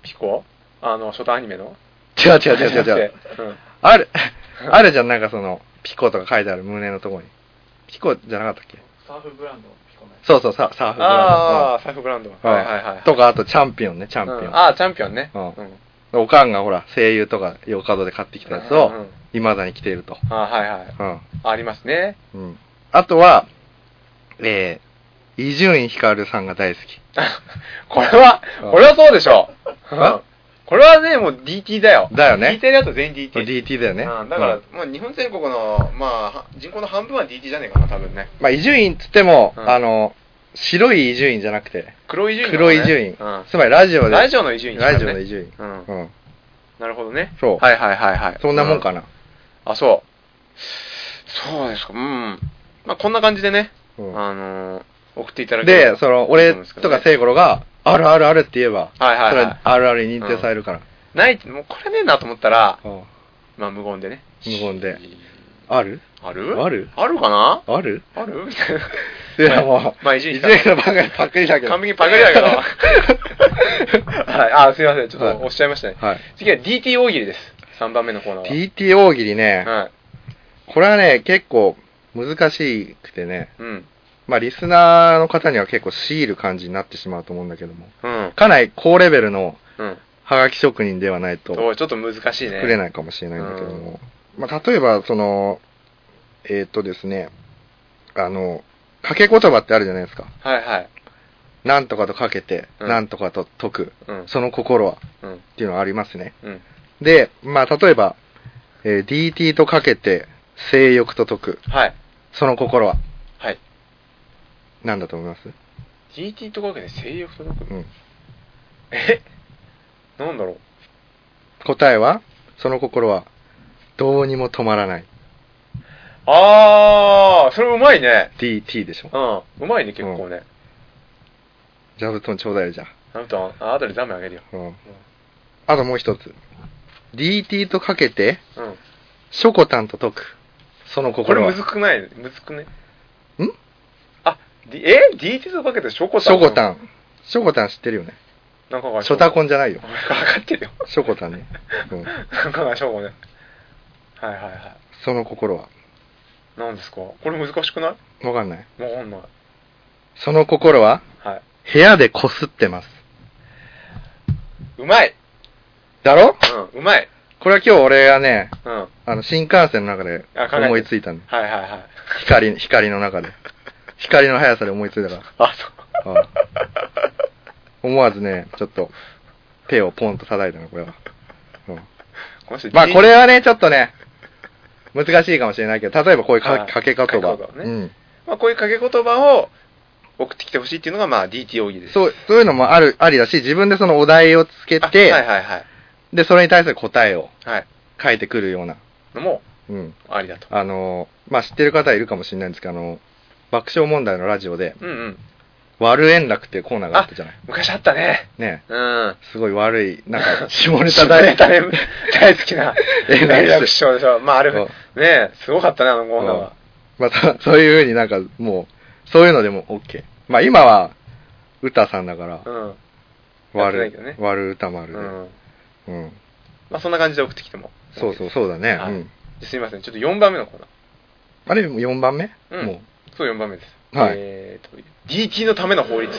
[SPEAKER 5] ピコあの、初代アニメの
[SPEAKER 4] 違う違う違う違う違う。
[SPEAKER 5] うん。
[SPEAKER 4] ある、あるじゃん、なんかその、ピコとか書いてある胸のところに。ピコじゃなかったっけ
[SPEAKER 1] サーフブランドのピコね
[SPEAKER 4] そうそう、ササーフブランド。
[SPEAKER 5] ああ、サーフブランド。
[SPEAKER 4] うん
[SPEAKER 5] はいはいはい。
[SPEAKER 4] とか、あとチャンピオンね、チャ
[SPEAKER 5] う
[SPEAKER 4] ンピオン。
[SPEAKER 5] ん、ああ、チャンピオンね。
[SPEAKER 4] うん
[SPEAKER 5] うん
[SPEAKER 4] おかんがほら、声優とか、ヨカドで買ってきたやつ
[SPEAKER 5] うんう
[SPEAKER 4] を
[SPEAKER 5] ん、
[SPEAKER 4] 未だに着ていると。
[SPEAKER 5] あはいはい。
[SPEAKER 4] うん。
[SPEAKER 5] ありますね。
[SPEAKER 4] うん。あとは、えー、伊集院光さんが大好き。
[SPEAKER 5] これは
[SPEAKER 4] うん、
[SPEAKER 5] これはそうでしょう。
[SPEAKER 4] うん
[SPEAKER 5] うんこれはね、もう DT だよ。
[SPEAKER 4] だよね
[SPEAKER 5] 聞いてるやつ全員 DT。
[SPEAKER 4] DT だよね。
[SPEAKER 5] うんだから、
[SPEAKER 4] うん
[SPEAKER 5] もう日本全国の、まあ、人口の半分は DT じゃねえかな、多分ね。
[SPEAKER 4] まあ、伊集院っつっても、
[SPEAKER 5] うん
[SPEAKER 4] あの、白い伊集院じゃなくて、
[SPEAKER 5] 黒い順位、
[SPEAKER 4] 黒い伊集院。
[SPEAKER 5] うん。
[SPEAKER 4] つまりラジオで。
[SPEAKER 5] ラジオの伊集院
[SPEAKER 4] ラジオの伊集院。
[SPEAKER 5] うん
[SPEAKER 4] うん。
[SPEAKER 5] なるほどね。
[SPEAKER 4] そう
[SPEAKER 5] はいはいはいはい。
[SPEAKER 4] そんなもんか
[SPEAKER 5] な。
[SPEAKER 4] な。
[SPEAKER 5] あ、そう。そうですか、うん。まあ、こんな感じでね、
[SPEAKER 4] うん
[SPEAKER 5] あのー送っていただければ
[SPEAKER 4] で、その、俺とか聖五郎が、あるあるあるって言えば、
[SPEAKER 5] はいはいはい
[SPEAKER 4] それはあるあるに認定されるから。
[SPEAKER 5] ない、もうこれねえなと思ったら、
[SPEAKER 4] うん
[SPEAKER 5] まあ無言でね。
[SPEAKER 4] 無言で。ある
[SPEAKER 5] ある
[SPEAKER 4] ある
[SPEAKER 5] あるかな
[SPEAKER 4] ある
[SPEAKER 5] あるみたいな。
[SPEAKER 4] いや、もう、
[SPEAKER 5] まあいじり
[SPEAKER 4] 一
[SPEAKER 5] した
[SPEAKER 4] 年から番組パクリだけど。
[SPEAKER 5] 完璧にパクリだけど。 はい、あ、すいません、ちょ
[SPEAKER 4] はい
[SPEAKER 5] っとおっしゃいましたね。
[SPEAKER 4] はい
[SPEAKER 5] 次は DT 大喜利です。3番目のコーナーは。
[SPEAKER 4] DT 大喜利ね、
[SPEAKER 5] はい。
[SPEAKER 4] これはね、結構難しくてね、
[SPEAKER 5] うん。
[SPEAKER 4] まあ、リスナーの方には結構強いる感じになってしまうと思うんだけども、
[SPEAKER 5] うん。
[SPEAKER 4] かなり高レベルの
[SPEAKER 5] うん。
[SPEAKER 4] ハガキ職人ではないと
[SPEAKER 5] おいちょっと難しいね。
[SPEAKER 4] 作れないかもしれないんだけども、まあ、例えば、その、えーっとですね、あの、掛け言葉ってあるじゃないですか。
[SPEAKER 5] はいはい。
[SPEAKER 4] なんとかとかけて、
[SPEAKER 5] うん
[SPEAKER 4] なんとかと解く、
[SPEAKER 5] うん。
[SPEAKER 4] その心はっ
[SPEAKER 5] うん。
[SPEAKER 4] ていうのはありますね。
[SPEAKER 5] うん。
[SPEAKER 4] で、まあ、例えば、えー DT とかけて、性欲と解く、
[SPEAKER 5] はい。
[SPEAKER 4] その心は
[SPEAKER 5] はい。
[SPEAKER 4] 何だと思います
[SPEAKER 5] DT とかけて性欲とく
[SPEAKER 4] うん。
[SPEAKER 5] えなんだろう
[SPEAKER 4] 答えは、その心は、どうにも止まらない。
[SPEAKER 5] あー、それうまいね。
[SPEAKER 4] DT でしょ。
[SPEAKER 5] うん。うまいね、結構ね。
[SPEAKER 4] ジャブトンちょうだいよ、じゃ
[SPEAKER 5] あなた、あ後でザメあげるよ。
[SPEAKER 4] あ。うん。あともう一つ。DT とかけて、
[SPEAKER 5] うん。
[SPEAKER 4] ショコタンと解く。その
[SPEAKER 5] これ
[SPEAKER 4] 心は。
[SPEAKER 5] むずくないむずくね。
[SPEAKER 4] ん
[SPEAKER 5] あ、D、え ?DT とかけてショコ
[SPEAKER 4] シ
[SPEAKER 5] タン
[SPEAKER 4] ョコタン。ショコタン知ってるよね。
[SPEAKER 5] なんかが
[SPEAKER 4] ショタコンじゃないよ
[SPEAKER 5] お。前かかってるよ。
[SPEAKER 4] ショコタンね。うん。
[SPEAKER 5] なんかがショコね。はいはいは
[SPEAKER 4] その心は。
[SPEAKER 5] い。なんですかこれ難しくない
[SPEAKER 4] わ
[SPEAKER 5] わ
[SPEAKER 4] かんない。
[SPEAKER 5] かんない。
[SPEAKER 4] その心は、
[SPEAKER 5] はい。
[SPEAKER 4] 部屋でこすってます。
[SPEAKER 5] うまい
[SPEAKER 4] だろ
[SPEAKER 5] うん、うまい
[SPEAKER 4] これは今日俺がね、
[SPEAKER 5] うん。はい
[SPEAKER 4] あの、新幹線の中で
[SPEAKER 5] あ考えて
[SPEAKER 4] 思いついたんだ。
[SPEAKER 5] はいはい。
[SPEAKER 4] 光、光の中で。光の速さで思いついたから。
[SPEAKER 5] あ、そう。
[SPEAKER 4] ああ思わずね、ちょっと、手をポンと叩いたの、これは。うん
[SPEAKER 5] この人
[SPEAKER 4] まあ、これ
[SPEAKER 5] D
[SPEAKER 4] はね、ちょっとね、難しいかもしれないけど、例えばこういうか
[SPEAKER 5] はい
[SPEAKER 4] かけ言葉。
[SPEAKER 5] 掛け言葉
[SPEAKER 4] う
[SPEAKER 5] ね
[SPEAKER 4] ん。
[SPEAKER 5] まあ、こういう掛け言葉を送ってきてほしいっていうのが、まあ、DT 大喜利です。
[SPEAKER 4] そう、そういうのもある、ありだし、自分でそのお題をつけ
[SPEAKER 5] あ
[SPEAKER 4] て、
[SPEAKER 5] はいはいはい。
[SPEAKER 4] で、それに対する答えを
[SPEAKER 5] はい。
[SPEAKER 4] 書いてくるような。
[SPEAKER 5] のも、
[SPEAKER 4] うん。
[SPEAKER 5] ありだと。
[SPEAKER 4] あのー、まあ、知ってる方いるかもしれないんですけど、あの、爆笑問題のラジオで、
[SPEAKER 5] うんうん。
[SPEAKER 4] 悪円楽っていうコーナーがあったじゃない。
[SPEAKER 5] 昔あったね。
[SPEAKER 4] ね。
[SPEAKER 5] うん。
[SPEAKER 4] すごい悪い、なん か、下ネ
[SPEAKER 5] 下
[SPEAKER 4] タ
[SPEAKER 5] ネ
[SPEAKER 4] 大
[SPEAKER 5] タね大好きな
[SPEAKER 4] 円楽師匠
[SPEAKER 5] 円楽師匠でしょ。まあ、あれ、
[SPEAKER 4] うん
[SPEAKER 5] ねえすごかったね、あのコーナーは。
[SPEAKER 4] まあ、そそういうふうになんかもう、そういうのでも OK。まあ今は、歌さんだから、
[SPEAKER 5] うん。やってな
[SPEAKER 4] 悪
[SPEAKER 5] いけどね
[SPEAKER 4] い、悪歌丸で、
[SPEAKER 5] う
[SPEAKER 4] うん
[SPEAKER 5] ん。まあ、そんな感じで送ってきても。
[SPEAKER 4] そうそう、そうだね。
[SPEAKER 5] はい
[SPEAKER 4] うん。
[SPEAKER 5] すいません、ちょっと4番目のコーナー。
[SPEAKER 4] あれ、4番目、
[SPEAKER 5] うん
[SPEAKER 4] もう。
[SPEAKER 5] そう、4番目です。
[SPEAKER 4] はい
[SPEAKER 5] えーと、DT のための法律。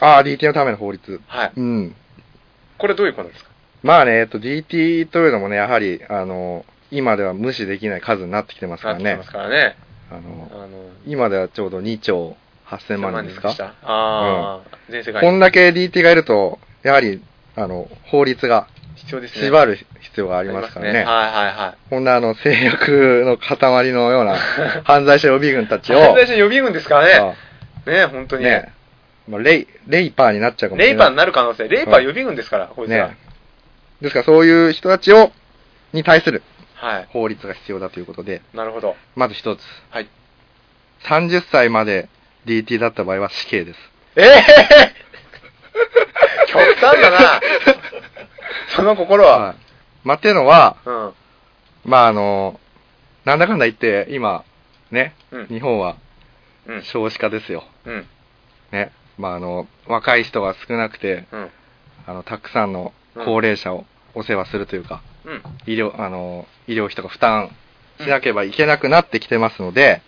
[SPEAKER 4] ああ、DT のための法律。
[SPEAKER 5] はい。
[SPEAKER 4] うん。
[SPEAKER 5] これどういうコーナーですか
[SPEAKER 4] まあね、えっと、DT というのもね、やはり、あの、今では無視できない数になってきてますから
[SPEAKER 5] なって
[SPEAKER 4] ね
[SPEAKER 5] ま。すからね。
[SPEAKER 4] あ
[SPEAKER 5] あ
[SPEAKER 4] の、
[SPEAKER 5] の、
[SPEAKER 4] 今ではちょうど2兆8000万人ですか
[SPEAKER 5] 千万人したああ、全世界
[SPEAKER 4] こんだけ DT がいると、やはり、あの、法律が
[SPEAKER 5] 必要ですね。
[SPEAKER 4] 縛
[SPEAKER 5] る
[SPEAKER 4] る必要がありますから
[SPEAKER 5] は
[SPEAKER 4] ね。
[SPEAKER 5] いはいはい。
[SPEAKER 4] こんなあの性欲の塊のよう な犯罪者予備軍たちを、
[SPEAKER 5] 犯罪者予備軍ですからね。
[SPEAKER 4] あ
[SPEAKER 5] ね本当に。
[SPEAKER 4] ねまあ、レイ、レイパーになっちゃうかもし
[SPEAKER 5] レ
[SPEAKER 4] れ
[SPEAKER 5] イパ
[SPEAKER 4] な
[SPEAKER 5] ー
[SPEAKER 4] い。
[SPEAKER 5] になる可能性。レイパー予備軍ですから、こいつら
[SPEAKER 4] ね。ですからそういう人たちを、に対する
[SPEAKER 5] はい。
[SPEAKER 4] 法律が必要だということで、
[SPEAKER 5] なるほど。
[SPEAKER 4] まず一つ。
[SPEAKER 5] はい。
[SPEAKER 4] 30歳まで DT だった場合は死刑です。
[SPEAKER 5] ええ 極端 だな。その心は。
[SPEAKER 4] はい。まあ、っていうのは、
[SPEAKER 5] うん。
[SPEAKER 4] まああの、なんだかんだ言って、今、ね、
[SPEAKER 5] うん
[SPEAKER 4] 日本は
[SPEAKER 5] うん。
[SPEAKER 4] 少子化ですよ。
[SPEAKER 5] うん。
[SPEAKER 4] ね。まああの、若い人が少なくて、
[SPEAKER 5] うん。
[SPEAKER 4] あの、たくさんの高齢者をお世話するというか、
[SPEAKER 5] うん。
[SPEAKER 4] 医療、あの、医療費とか負担しなければいけなくなってきてますので、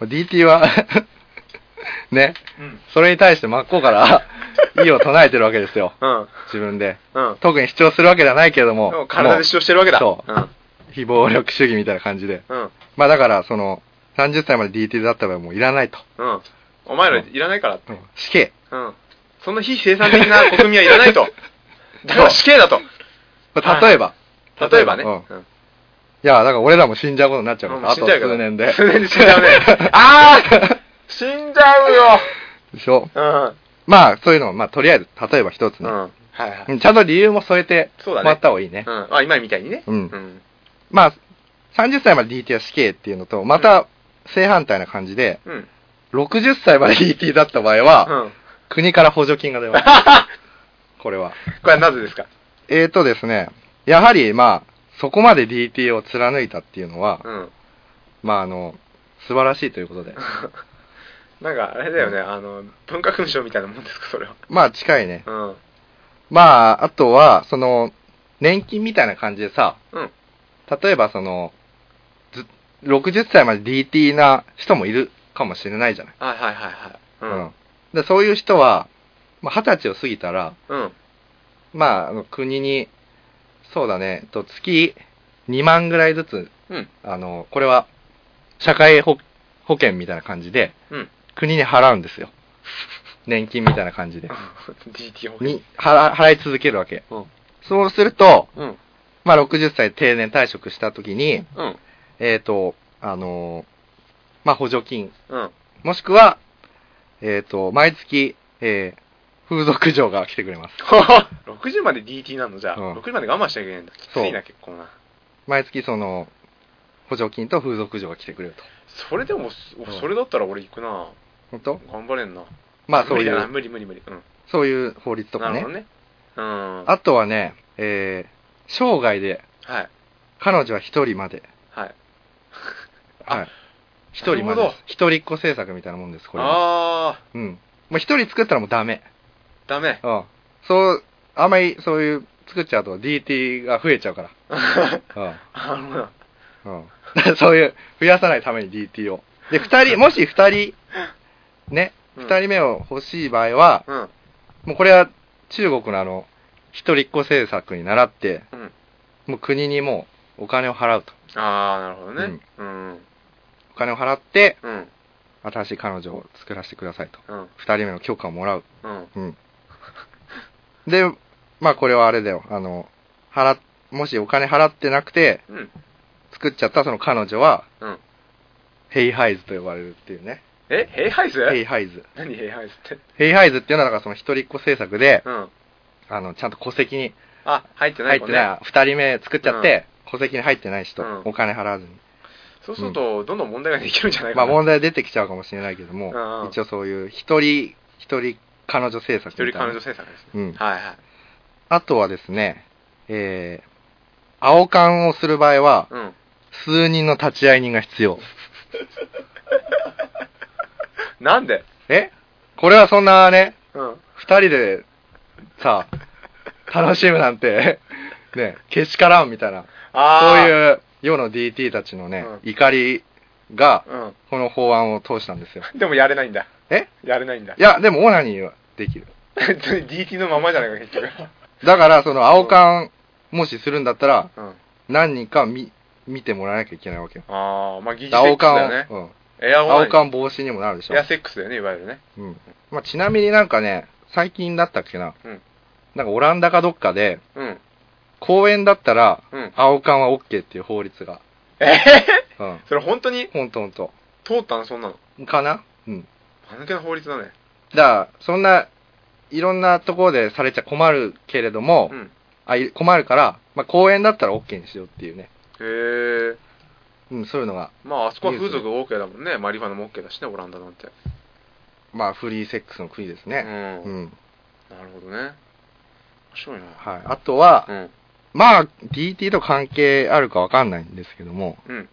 [SPEAKER 5] うん。
[SPEAKER 4] DT は、 ね、
[SPEAKER 5] うん。
[SPEAKER 4] それに対して真っ向から、 異を唱えてるわけですよ。
[SPEAKER 5] うん。
[SPEAKER 4] 自分で。
[SPEAKER 5] うん。
[SPEAKER 4] 特に主張するわけではないけれど
[SPEAKER 5] でも
[SPEAKER 4] も、
[SPEAKER 5] 体で主張してるわけだ。。
[SPEAKER 4] そう
[SPEAKER 5] うん。
[SPEAKER 4] もう非暴力主義みたいな感じで。
[SPEAKER 5] うん。
[SPEAKER 4] まあだから、その、30歳まで DT だった場合はもういらないと。
[SPEAKER 5] うん。お前らいらないからって。
[SPEAKER 4] 死刑。
[SPEAKER 5] うん。その非生産的な国民はいらな いと。だから死刑だと。
[SPEAKER 4] まあ例えば、
[SPEAKER 5] 例えばね。
[SPEAKER 4] うん
[SPEAKER 5] うん
[SPEAKER 4] いや、だから俺らも死んじゃうことになっちゃうから、
[SPEAKER 5] もう
[SPEAKER 4] あ
[SPEAKER 5] 死ん
[SPEAKER 4] と
[SPEAKER 5] じゃうけど
[SPEAKER 4] 数年で。
[SPEAKER 5] 数年で死んじゃ うねあー死んじゃ
[SPEAKER 4] でしょ
[SPEAKER 5] うよ。
[SPEAKER 4] まあ、そういうのを、まあ、とりあえず、例えば一つ
[SPEAKER 5] うん。う
[SPEAKER 4] ね。
[SPEAKER 5] ん。はいは
[SPEAKER 4] う
[SPEAKER 5] い。
[SPEAKER 4] んちゃんと理由も添えて
[SPEAKER 5] そう
[SPEAKER 4] も
[SPEAKER 5] だね
[SPEAKER 4] らった方がいいね。
[SPEAKER 5] うん。あ、今みたいにね。
[SPEAKER 4] うん
[SPEAKER 5] うん。
[SPEAKER 4] まあ、30歳まで DT は死刑っていうのと、また正反対な感じで、
[SPEAKER 5] うん。
[SPEAKER 4] 60歳まで DT だった場合は、
[SPEAKER 5] うん。
[SPEAKER 4] 国から補助金が出 ます。これは。
[SPEAKER 5] これはなぜですか
[SPEAKER 4] えーとですね、やはり、まあ、そこまで DT を貫いたっていうのは、
[SPEAKER 5] うん。
[SPEAKER 4] まあ、あの、素晴らしいということで。
[SPEAKER 5] なんかあれだよね、あの、文化勲章みたいなもんですか、それは。
[SPEAKER 4] まあ近いね。
[SPEAKER 5] うん。
[SPEAKER 4] まあ、あとは、その、年金みたいな感じでさ、
[SPEAKER 5] うん。
[SPEAKER 4] 例えばその、ず60歳まで DT な人もいるかもしれないじゃない。
[SPEAKER 5] はいはいはいはい。うん。
[SPEAKER 4] でそういう人は、まあ、20歳を過ぎたら、
[SPEAKER 5] うん。
[SPEAKER 4] まあ、あの国に、そうだね、と月2万ぐらいずつ、
[SPEAKER 5] うん。
[SPEAKER 4] あの、これは、社会保保険みたいな感じで、
[SPEAKER 5] うん。
[SPEAKER 4] 国に払うん ですよ。年金みたいな感じで。
[SPEAKER 5] DT 保険。
[SPEAKER 4] に払払い続けるわけ。
[SPEAKER 5] うん。
[SPEAKER 4] そうすると、
[SPEAKER 5] うん。
[SPEAKER 4] まあ、60歳定年退職した時に、
[SPEAKER 5] うん。
[SPEAKER 4] えっ、と、あのーまあ、補助金、
[SPEAKER 5] うん。
[SPEAKER 4] もしくは、えっ、と、毎月、えー風俗嬢が来てくれます。
[SPEAKER 5] 60まで DT なのじゃあ、
[SPEAKER 4] うん
[SPEAKER 5] 60まで我慢しなきゃいけないんだ。きついな、結構な。
[SPEAKER 4] 毎月、その、補助金と風俗嬢が来てくれると。
[SPEAKER 5] それでも、
[SPEAKER 4] うん
[SPEAKER 5] それだったら俺行くな。
[SPEAKER 4] 本当
[SPEAKER 5] 頑張れんな。
[SPEAKER 4] まあ、そうい
[SPEAKER 5] 無理だな
[SPEAKER 4] う、
[SPEAKER 5] 無理無理無理。うん。
[SPEAKER 4] そういう法律とか
[SPEAKER 5] な
[SPEAKER 4] ね
[SPEAKER 5] るほ。どね。うん。
[SPEAKER 4] あとはね、えー生涯で、
[SPEAKER 5] はい。
[SPEAKER 4] 彼女は一人まで。
[SPEAKER 5] はい。あ
[SPEAKER 4] はい。一人まで
[SPEAKER 5] なるほど。
[SPEAKER 4] 一人っ子政策みたいなもんです、これは。
[SPEAKER 5] あー、
[SPEAKER 4] うん。もう一人作ったらもうダメ。
[SPEAKER 5] ダ メ。
[SPEAKER 4] うん。そう、あんまりそういう、作っちゃうと DT が増えちゃうから。 うん。
[SPEAKER 5] あの、
[SPEAKER 4] うん、 そういう、増やさないために DT を。で、二 人、もし二人、ね、
[SPEAKER 5] うん
[SPEAKER 4] 二人目を欲しい場合は、
[SPEAKER 5] うん。
[SPEAKER 4] もうこれは中国のあの、一人っ子政策に倣って、
[SPEAKER 5] うん。
[SPEAKER 4] もう国にもうお金を払うと。
[SPEAKER 5] あー、なるほどね。うん。
[SPEAKER 4] お金を払って、
[SPEAKER 5] うん。
[SPEAKER 4] 新しい彼女を作らせてくださいと。
[SPEAKER 5] うん。
[SPEAKER 4] 二人目の許可をもらう。
[SPEAKER 5] うん。
[SPEAKER 4] うん。で、まあこれはあれだよ。あの、払っ、もしお金払ってなくて、
[SPEAKER 5] うん。
[SPEAKER 4] 作っちゃったその彼女は、
[SPEAKER 5] うん。
[SPEAKER 4] ヘイハイズと呼ばれるっていうね。
[SPEAKER 5] えヘイハイス
[SPEAKER 4] ヘイハイズ。
[SPEAKER 5] 何ヘイハイスって。
[SPEAKER 4] ヘイハイズっていうのは、だからその一人っ子政策で、
[SPEAKER 5] うん。
[SPEAKER 4] あの、ちゃんと戸籍に
[SPEAKER 5] あ、入ってな
[SPEAKER 4] 入
[SPEAKER 5] い
[SPEAKER 4] っ
[SPEAKER 5] 子
[SPEAKER 4] て
[SPEAKER 5] ね。
[SPEAKER 4] ない、二、人目作っちゃって、戸籍に入ってない人、
[SPEAKER 5] うん
[SPEAKER 4] お金払わずに。
[SPEAKER 5] そうすると、どんどん問題ができるんじゃない
[SPEAKER 4] ま
[SPEAKER 5] か
[SPEAKER 4] あ
[SPEAKER 5] な。
[SPEAKER 4] 問題出てきちゃうかもしれないけども、
[SPEAKER 5] うんうん
[SPEAKER 4] 一応そういう一人、一人彼女政策
[SPEAKER 5] 一人
[SPEAKER 4] みたい
[SPEAKER 5] 彼
[SPEAKER 4] な。
[SPEAKER 5] 女政策です
[SPEAKER 4] う
[SPEAKER 5] ね。
[SPEAKER 4] ん
[SPEAKER 5] はいはい。
[SPEAKER 4] あとはですね、えー、青缶をする場合は、
[SPEAKER 5] うん。
[SPEAKER 4] 数人の立ち会い人が必要。
[SPEAKER 5] なんで
[SPEAKER 4] えこれはそんなね、
[SPEAKER 5] うん。
[SPEAKER 4] 二人でさ、楽しむなんて、ね、けしからんみたいな。
[SPEAKER 5] あ
[SPEAKER 4] そう
[SPEAKER 5] う。
[SPEAKER 4] いう世の DT たちのね、
[SPEAKER 5] う
[SPEAKER 4] 怒りが、
[SPEAKER 5] う
[SPEAKER 4] この法案を通したんですよ。
[SPEAKER 5] ん。でもやれないんだ。
[SPEAKER 4] え
[SPEAKER 5] やれないんだ
[SPEAKER 4] い。や、でもオナニーはできる。
[SPEAKER 5] DT のままじゃないか、結局。
[SPEAKER 4] だから、その青缶、もしするんだったら、
[SPEAKER 5] うん。
[SPEAKER 4] 何人か見、見てもらわなきゃいけないわけよ。
[SPEAKER 5] あー、まあ、疑似セッ
[SPEAKER 4] 青
[SPEAKER 5] クスだよ
[SPEAKER 4] 缶
[SPEAKER 5] ね。
[SPEAKER 4] を、うん。
[SPEAKER 5] エアオ
[SPEAKER 4] 青
[SPEAKER 5] ン。
[SPEAKER 4] 缶防止にもなるでしょ
[SPEAKER 5] エ。アセックスだよね、いわゆるね。
[SPEAKER 4] うん。まあ、ちなみになんかね、最近だったっけな。
[SPEAKER 5] うん
[SPEAKER 4] なんかオランダかどっかで、
[SPEAKER 5] うん。
[SPEAKER 4] 公園だったら、
[SPEAKER 5] うん。
[SPEAKER 4] 青缶は OK っていう法律が。
[SPEAKER 5] えへへ
[SPEAKER 4] うん。
[SPEAKER 5] それ本当に
[SPEAKER 4] ほんとほんと。
[SPEAKER 5] 通ったのそんなの。
[SPEAKER 4] かなうん。
[SPEAKER 5] 間抜けな法律だね。
[SPEAKER 4] だから、そんな、いろんなところでされちゃ困るけれども、
[SPEAKER 5] うん。
[SPEAKER 4] あい困るから、まあ、公園だったら OK にしようっていうね、
[SPEAKER 5] へえ。
[SPEAKER 4] うん、そういうのが、
[SPEAKER 5] まあ、あそこは風俗 OK だもんね。マリファナも OK だしね、オランダなんて。
[SPEAKER 4] まあ、フリーセックスの国です
[SPEAKER 5] う
[SPEAKER 4] ね。うん。
[SPEAKER 5] ん。なるほどね。面白いな。
[SPEAKER 4] はい。あとは、
[SPEAKER 5] うん。
[SPEAKER 4] まあ、DT と関係あるかわかんないんですけども、
[SPEAKER 5] うん。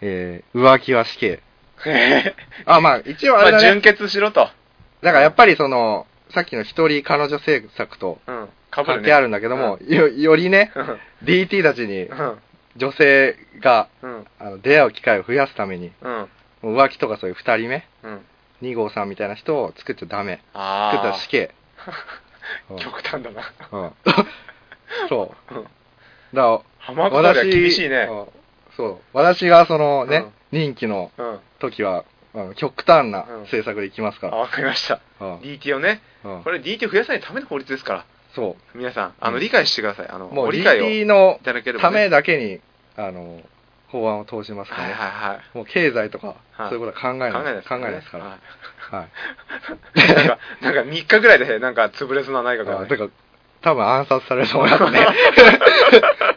[SPEAKER 4] えー、浮気は死刑。
[SPEAKER 5] へへ
[SPEAKER 4] あ、まあ、一応
[SPEAKER 5] ま
[SPEAKER 4] あれ
[SPEAKER 5] あ、
[SPEAKER 4] だね
[SPEAKER 5] 純。潔しろと。
[SPEAKER 4] だからやっぱりその、さっきの一人彼女政策と
[SPEAKER 5] うん。かぶる
[SPEAKER 4] 関
[SPEAKER 5] ね。
[SPEAKER 4] 係あるんだけども、よよりね、
[SPEAKER 5] うん。
[SPEAKER 4] DT たちに
[SPEAKER 5] うん。
[SPEAKER 4] 女性が
[SPEAKER 5] うん。
[SPEAKER 4] あの出会う機会を増やすために、
[SPEAKER 5] うん。
[SPEAKER 4] もう浮気とかそういう二人目、
[SPEAKER 5] うん。
[SPEAKER 4] 二号さんみたいな人を作っちゃダメ。作った
[SPEAKER 5] あ
[SPEAKER 4] ら死 刑。う
[SPEAKER 5] あ。
[SPEAKER 4] ん
[SPEAKER 5] 極端だな。
[SPEAKER 4] うん。 そう。
[SPEAKER 5] うん。
[SPEAKER 4] だか
[SPEAKER 5] 浜
[SPEAKER 4] ら、
[SPEAKER 5] 松通
[SPEAKER 4] 私、
[SPEAKER 5] りは厳しいね。
[SPEAKER 4] うんそう。私がそのね、任期の
[SPEAKER 5] うん。
[SPEAKER 4] 時は、あの極端な
[SPEAKER 5] うん
[SPEAKER 4] 政策でいきますか
[SPEAKER 5] あ、
[SPEAKER 4] ら。
[SPEAKER 5] わかりました。
[SPEAKER 4] うん。
[SPEAKER 5] DT をね。
[SPEAKER 4] うん
[SPEAKER 5] これ DT を増やさないための法律ですから。
[SPEAKER 4] そ
[SPEAKER 5] 皆さん、あ
[SPEAKER 4] う
[SPEAKER 5] の、
[SPEAKER 4] ん
[SPEAKER 5] 理解してください。あの、
[SPEAKER 4] う。もう
[SPEAKER 5] ご理解を
[SPEAKER 4] DT
[SPEAKER 5] い
[SPEAKER 4] の
[SPEAKER 5] ただければ
[SPEAKER 4] ため
[SPEAKER 5] ね。
[SPEAKER 4] だけに、あの、法案を通しますから
[SPEAKER 5] はい
[SPEAKER 4] ね。
[SPEAKER 5] はいはい。
[SPEAKER 4] もう経済とか、
[SPEAKER 5] は
[SPEAKER 4] そう
[SPEAKER 5] い
[SPEAKER 4] いうことは考え
[SPEAKER 5] 考えない
[SPEAKER 4] ない。
[SPEAKER 5] です
[SPEAKER 4] 考え
[SPEAKER 5] らね
[SPEAKER 4] ないですから。
[SPEAKER 5] はい
[SPEAKER 4] はい。
[SPEAKER 5] なんか、なんか3日ぐらいで、なんか潰れそうな内閣が
[SPEAKER 4] あ
[SPEAKER 5] ね、
[SPEAKER 4] てか、多分暗殺されると思います ね。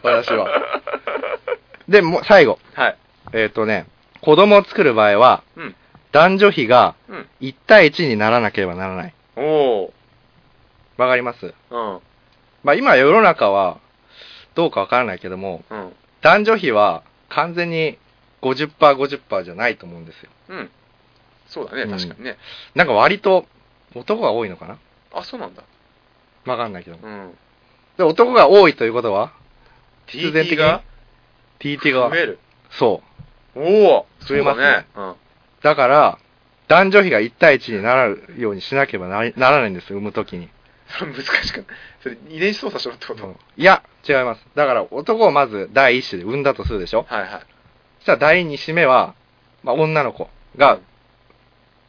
[SPEAKER 4] 私は。で、もう最後。
[SPEAKER 5] はい。
[SPEAKER 4] えっ、とね、子供を作る場合は、
[SPEAKER 5] うん。
[SPEAKER 4] 男女比が
[SPEAKER 5] うん。
[SPEAKER 4] 1対1にならなければならない。
[SPEAKER 5] お
[SPEAKER 4] わかります
[SPEAKER 5] ー。
[SPEAKER 4] まあ今世の中は、どうかわからないけども、
[SPEAKER 5] うん。うん。
[SPEAKER 4] 男女比は完全に50%、50%じゃないと思うんですよ。
[SPEAKER 5] うん。そうだね、
[SPEAKER 4] うん
[SPEAKER 5] 確かにね。
[SPEAKER 4] なんか割と男が多いのかな
[SPEAKER 5] あ、そうなんだ。
[SPEAKER 4] わかんないけど。
[SPEAKER 5] うん。
[SPEAKER 4] で男が多いということは、必然
[SPEAKER 5] TT
[SPEAKER 4] 的に
[SPEAKER 5] が
[SPEAKER 4] TT が
[SPEAKER 5] 増。える。
[SPEAKER 4] そ
[SPEAKER 5] おお
[SPEAKER 4] 増えますね
[SPEAKER 5] そうだ
[SPEAKER 4] う。
[SPEAKER 5] ね。
[SPEAKER 4] だから、男女比が1対1になるようにしなければなならないんですよ、産むときに。
[SPEAKER 5] うん。そ れ難しくない。それ、遺伝子操作しろってこと、
[SPEAKER 4] うんいや、違います。だから、男をまず第一子で産んだとするでしょ
[SPEAKER 5] はいはい。
[SPEAKER 4] そしたら第二子目は、まあ、女の子が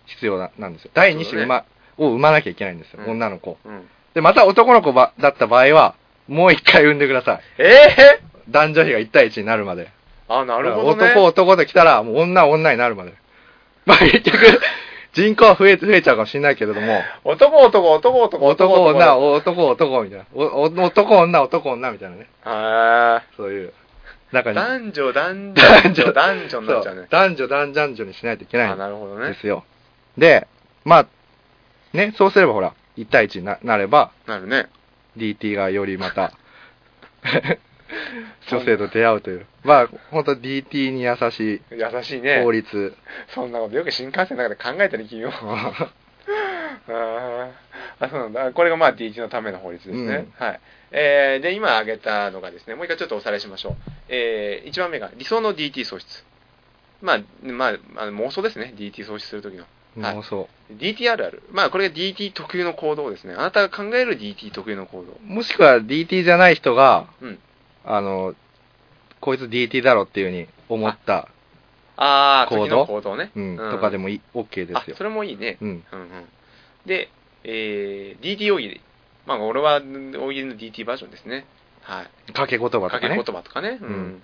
[SPEAKER 4] 必要ななんですよ。第二子
[SPEAKER 5] そうだね
[SPEAKER 4] 馬、を産まなきゃいけないんですよ、
[SPEAKER 5] うん
[SPEAKER 4] 女の子。
[SPEAKER 5] うん。
[SPEAKER 4] で、また男の子ばだった場合は、もう一回産んでください。
[SPEAKER 5] ええ
[SPEAKER 4] 男女比が1対1になるまで。
[SPEAKER 5] あ、なるほどね。
[SPEAKER 4] 男男で来たら、もう女女になるまで。 まあ結局、人口は増え、増えちゃうかもしれないけれども、
[SPEAKER 5] 男男男男
[SPEAKER 4] 男女、男男みたいな。おお男女、男女みたいなね。
[SPEAKER 5] あ
[SPEAKER 4] そういう。中
[SPEAKER 5] ー
[SPEAKER 4] に。
[SPEAKER 5] 男女男
[SPEAKER 4] 男
[SPEAKER 5] 女
[SPEAKER 4] 女
[SPEAKER 5] 男女になっちゃう
[SPEAKER 4] そ
[SPEAKER 5] ね
[SPEAKER 4] う男女、男男女にしないといけない
[SPEAKER 5] あ
[SPEAKER 4] ん
[SPEAKER 5] なるほど
[SPEAKER 4] で
[SPEAKER 5] ね
[SPEAKER 4] すよ。で、まあ、ね、そうすればほら、1対1にななれば、
[SPEAKER 5] なるね
[SPEAKER 4] DT がよりま た、女性と出会うという。まあ、本当 DT に優し
[SPEAKER 5] 優しい
[SPEAKER 4] い
[SPEAKER 5] ね
[SPEAKER 4] 法 律。
[SPEAKER 5] そんなことよく新幹線の中で考えたね君もあーあそうなんだこれがまあ DT のための法律ですね、はいえーで今挙げたのがですねもう一回ちょっとおさらいしましょう、え1番目が理想の DT 喪失まあ、まあ、あの妄想ですね DT 喪失するときのはい
[SPEAKER 4] もうそう。
[SPEAKER 5] DTRR まあこれが DT 特有の行動ですねあなたが考える DT 特有の行動
[SPEAKER 4] もしくは DT じゃない人が、
[SPEAKER 5] うん
[SPEAKER 4] あの、こいつ DT だろっていうふうに思った、
[SPEAKER 5] ああ、
[SPEAKER 4] 行動
[SPEAKER 5] 時の行動ね。
[SPEAKER 4] うん、とかで
[SPEAKER 5] も
[SPEAKER 4] もいい OK ですよ
[SPEAKER 5] あ、。それもいいね。
[SPEAKER 4] うん。
[SPEAKER 5] うんうん。で、えー、DT 大喜利。まあ、俺は大喜利の DT バージョンですね。はい。
[SPEAKER 4] 掛け言葉とか
[SPEAKER 5] 掛け
[SPEAKER 4] ね
[SPEAKER 5] 言。葉とかね。うん。
[SPEAKER 4] うん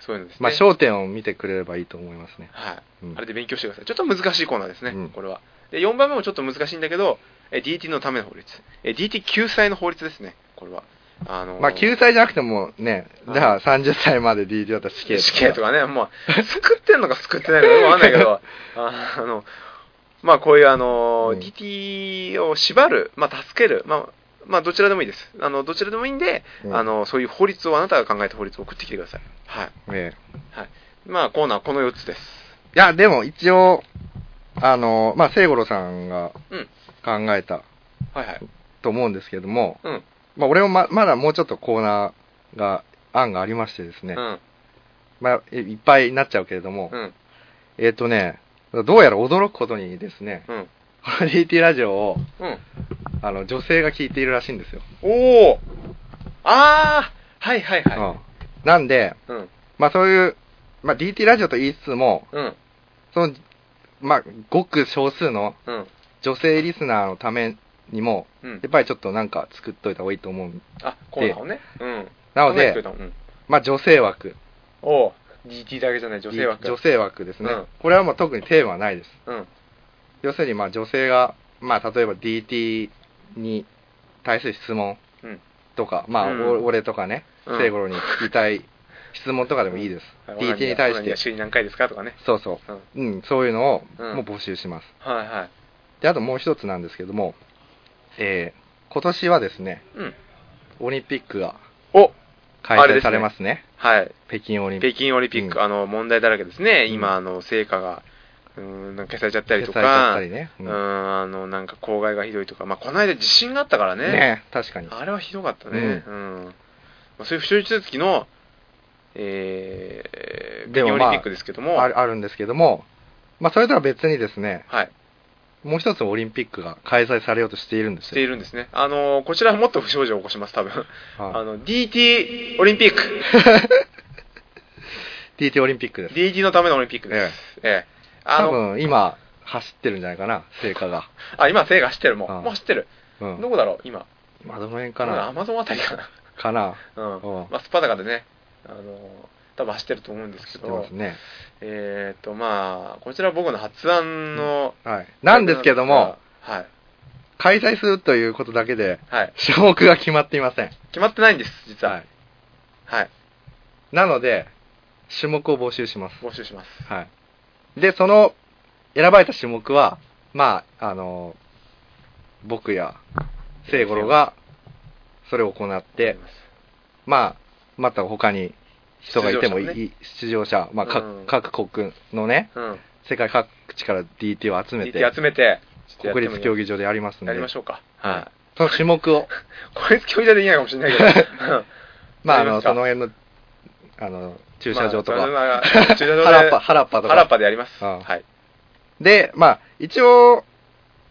[SPEAKER 5] そういうのですね。
[SPEAKER 4] まあ、焦点を見てくれればいいと思いますね。
[SPEAKER 5] はい。
[SPEAKER 4] うん
[SPEAKER 5] あれで勉強してください。ちょっと難しいコーナーですね、
[SPEAKER 4] うん
[SPEAKER 5] これは。で、4番目もちょっと難しいんだけど、えー DT のための法律。えー DT 救済の法律ですね、これは。あのー
[SPEAKER 4] まあ、救済じゃなくてもね、
[SPEAKER 5] うん
[SPEAKER 4] じゃあ30歳まで DT だったら死刑
[SPEAKER 5] 死刑とかね、もう、作ってんのか作ってないのかよくわかんない けど、ああの、まあこういうあの、
[SPEAKER 4] うん
[SPEAKER 5] DT を縛る、まあ助ける、まあ、まあどちらでもいいです。あの、どちらでもいいんで、
[SPEAKER 4] うん
[SPEAKER 5] あの、そういう法律を、あなたが考えた法律を送ってきてください。はい。
[SPEAKER 4] ええ
[SPEAKER 5] まあコーナーはこの4つです。
[SPEAKER 4] いや、でも一応、あの、まあ、聖五郎さんが
[SPEAKER 5] うん
[SPEAKER 4] 考えた
[SPEAKER 5] はいはい。
[SPEAKER 4] と思うんですけれども、
[SPEAKER 5] うん
[SPEAKER 4] まあ、俺もままだもうちょっとコーナーが、案がありましてですね、
[SPEAKER 5] うん。
[SPEAKER 4] まあ、えいっぱいになっちゃうけれども、
[SPEAKER 5] うん。
[SPEAKER 4] えっ、とね、どうやら驚くことにですね、
[SPEAKER 5] うん。
[SPEAKER 4] この DT ラジオを、
[SPEAKER 5] うん。
[SPEAKER 4] あの、女性が聞いているらしいんですよ。
[SPEAKER 5] おおああはいはいはい。
[SPEAKER 4] うんなんで、
[SPEAKER 5] うん。
[SPEAKER 4] まあそういう、まあ DT ラジオと言いつつも、
[SPEAKER 5] うん。
[SPEAKER 4] その、まあ、ごく少数の
[SPEAKER 5] うん。
[SPEAKER 4] 女性リスナーのためにも、
[SPEAKER 5] うん
[SPEAKER 4] やっ。ぱりちょっとなんか作っといた方がいいと思う。
[SPEAKER 5] あ、コーナーをね。うん。
[SPEAKER 4] なの
[SPEAKER 5] 考えてく
[SPEAKER 4] で
[SPEAKER 5] れた、のうん、
[SPEAKER 4] まあ女性枠。
[SPEAKER 5] おお DT だけじゃない、女性枠。
[SPEAKER 4] 女性枠ですね。
[SPEAKER 5] うん
[SPEAKER 4] これはもう特にテーマはないです。
[SPEAKER 5] うん。
[SPEAKER 4] 要するにまあ女性が、まあ例えば DT に対する質問
[SPEAKER 5] うん
[SPEAKER 4] とか、まあ、
[SPEAKER 5] うん
[SPEAKER 4] お俺とかね、
[SPEAKER 5] うん
[SPEAKER 4] 聖五郎に聞きたい質問とかでもいいです。DT に対し
[SPEAKER 5] オナニー
[SPEAKER 4] て
[SPEAKER 5] は、週に何回ですかとかね。
[SPEAKER 4] そうそう
[SPEAKER 5] うん。
[SPEAKER 4] うん、そういうのを
[SPEAKER 5] うん
[SPEAKER 4] もう募集します。
[SPEAKER 5] はいはい。
[SPEAKER 4] で、あともう一つなんですけども、えー、今年はですね、
[SPEAKER 5] うん。
[SPEAKER 4] オリンピックが
[SPEAKER 5] お
[SPEAKER 4] 開
[SPEAKER 5] あれ
[SPEAKER 4] 催
[SPEAKER 5] ですね
[SPEAKER 4] されますね。
[SPEAKER 5] はい。
[SPEAKER 4] 北京オリンピッ
[SPEAKER 5] 北京オリンピック、
[SPEAKER 4] うん
[SPEAKER 5] あの、問題だらけですね。
[SPEAKER 4] うん
[SPEAKER 5] 今、あの、成果が、うーん、なんか消されちゃったり
[SPEAKER 4] ク
[SPEAKER 5] と
[SPEAKER 4] 開催され
[SPEAKER 5] か、
[SPEAKER 4] たりね。
[SPEAKER 5] う、
[SPEAKER 4] うんん
[SPEAKER 5] あの、なんか、公害がひどいとか、まあ、この間地震があったからね。
[SPEAKER 4] ね確かに。
[SPEAKER 5] あれはひどかったね。うん。まあ、そういう不祥事続きの、えー、
[SPEAKER 4] で
[SPEAKER 5] 北京
[SPEAKER 4] もま
[SPEAKER 5] オリ
[SPEAKER 4] あ
[SPEAKER 5] ンピックですけども、
[SPEAKER 4] あるあるんですけども、まあ、それとは別にですね、
[SPEAKER 5] はい。
[SPEAKER 4] もう一つオリンピックが開催されようとしているんで
[SPEAKER 5] し
[SPEAKER 4] す
[SPEAKER 5] てい
[SPEAKER 4] よ。
[SPEAKER 5] るんですね。あの、こちらはもっと不祥事を起こします、多分。あ
[SPEAKER 4] はい
[SPEAKER 5] の、DT オリンピ ック。
[SPEAKER 4] DT オリンピックです。
[SPEAKER 5] DT のためのオリンピックです。ええあ
[SPEAKER 4] 多
[SPEAKER 5] の、
[SPEAKER 4] 分今、走ってるんじゃないかな、聖火が。
[SPEAKER 5] あ、今、セイが走ってるもん。
[SPEAKER 4] うん
[SPEAKER 5] もう走ってる。
[SPEAKER 4] うん。
[SPEAKER 5] どこだろう、今。
[SPEAKER 4] まあどの辺か
[SPEAKER 5] かなア
[SPEAKER 4] な。
[SPEAKER 5] マゾンあたりかな。
[SPEAKER 4] かな。
[SPEAKER 5] うん。
[SPEAKER 4] うん
[SPEAKER 5] まあ、スパダカでね、あのー、多分走ってると思うんですけ
[SPEAKER 4] 知ってま
[SPEAKER 5] ど
[SPEAKER 4] す、ね。
[SPEAKER 5] えっ、ー、と、まあ、こちらは僕の発案の、
[SPEAKER 4] はい。なんですけども、、
[SPEAKER 5] はい。
[SPEAKER 4] 開催するということだけで、
[SPEAKER 5] はい。
[SPEAKER 4] 種目が決まっていません。
[SPEAKER 5] 決まってないんです、実は。はい。
[SPEAKER 4] い。なので、種目を募集します。
[SPEAKER 5] 募集します。
[SPEAKER 4] はい。で、その、選ばれた種目は、まあ、あの、僕や、聖五郎が、それを行って、まあ、また他に人がいてもいい、
[SPEAKER 5] 出場者
[SPEAKER 4] 出場者、ま
[SPEAKER 5] もね
[SPEAKER 4] あ、各
[SPEAKER 5] うん
[SPEAKER 4] 各国のね、
[SPEAKER 5] うん。
[SPEAKER 4] 世界各地から DT を集めて、
[SPEAKER 5] DT 集めて、ちょっと
[SPEAKER 4] 国
[SPEAKER 5] やって
[SPEAKER 4] 立
[SPEAKER 5] も
[SPEAKER 4] 競技場でやりますんで、
[SPEAKER 5] やりましょうか。
[SPEAKER 4] はい、その種目を、
[SPEAKER 5] 国立競技場できないかもしれない けど。うん
[SPEAKER 4] まあ、あ
[SPEAKER 5] やりま
[SPEAKER 4] の
[SPEAKER 5] すか
[SPEAKER 4] その辺のあの駐車場とか、
[SPEAKER 5] まあそれは駐車場で
[SPEAKER 4] 原っぱ原っぱとか
[SPEAKER 5] 原っぱでやります。
[SPEAKER 4] うん
[SPEAKER 5] はい。
[SPEAKER 4] で、まあ、一応、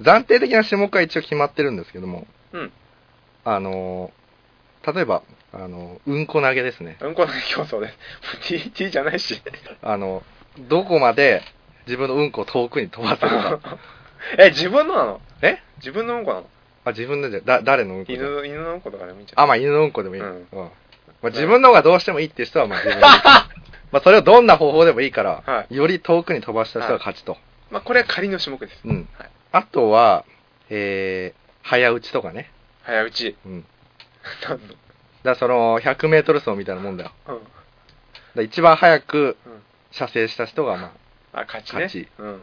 [SPEAKER 4] 暫定的な種目は一応決まってるんですけども、
[SPEAKER 5] うん。
[SPEAKER 4] あのー例えば、あのーうんこ投げですね。
[SPEAKER 5] うんこ投げ競争です。TT じゃないし。
[SPEAKER 4] あの、どこまで自分のうんこを遠くに飛ばせるか。
[SPEAKER 5] え、自分のなの
[SPEAKER 4] え
[SPEAKER 5] 自分のうんこなの
[SPEAKER 4] あ、自分のじゃ、だ、誰のうんこでも
[SPEAKER 5] 犬犬のうんことかでもいいんじゃん。
[SPEAKER 4] あ、まあ犬のうんこでもいい。
[SPEAKER 5] う
[SPEAKER 4] うんん。まあ自分の方がどうしてもいいっていう人は、 まあ自分のまあそれをどんな方法でもいいから、
[SPEAKER 5] は
[SPEAKER 4] より遠くに飛ばした人が勝ちと。
[SPEAKER 5] まあ、これは仮の種目です。
[SPEAKER 4] うん
[SPEAKER 5] はい。
[SPEAKER 4] あとは、えー、早打ちとかね。
[SPEAKER 5] 早打ち。
[SPEAKER 4] うん。だか
[SPEAKER 5] なんの
[SPEAKER 4] らその、100メートル走みたいなもんだよ。
[SPEAKER 5] うん。
[SPEAKER 4] だから一番早く
[SPEAKER 5] うん
[SPEAKER 4] 射精した人が、まあ、
[SPEAKER 5] あ、勝ちね。
[SPEAKER 4] 勝ち
[SPEAKER 5] うん。うん。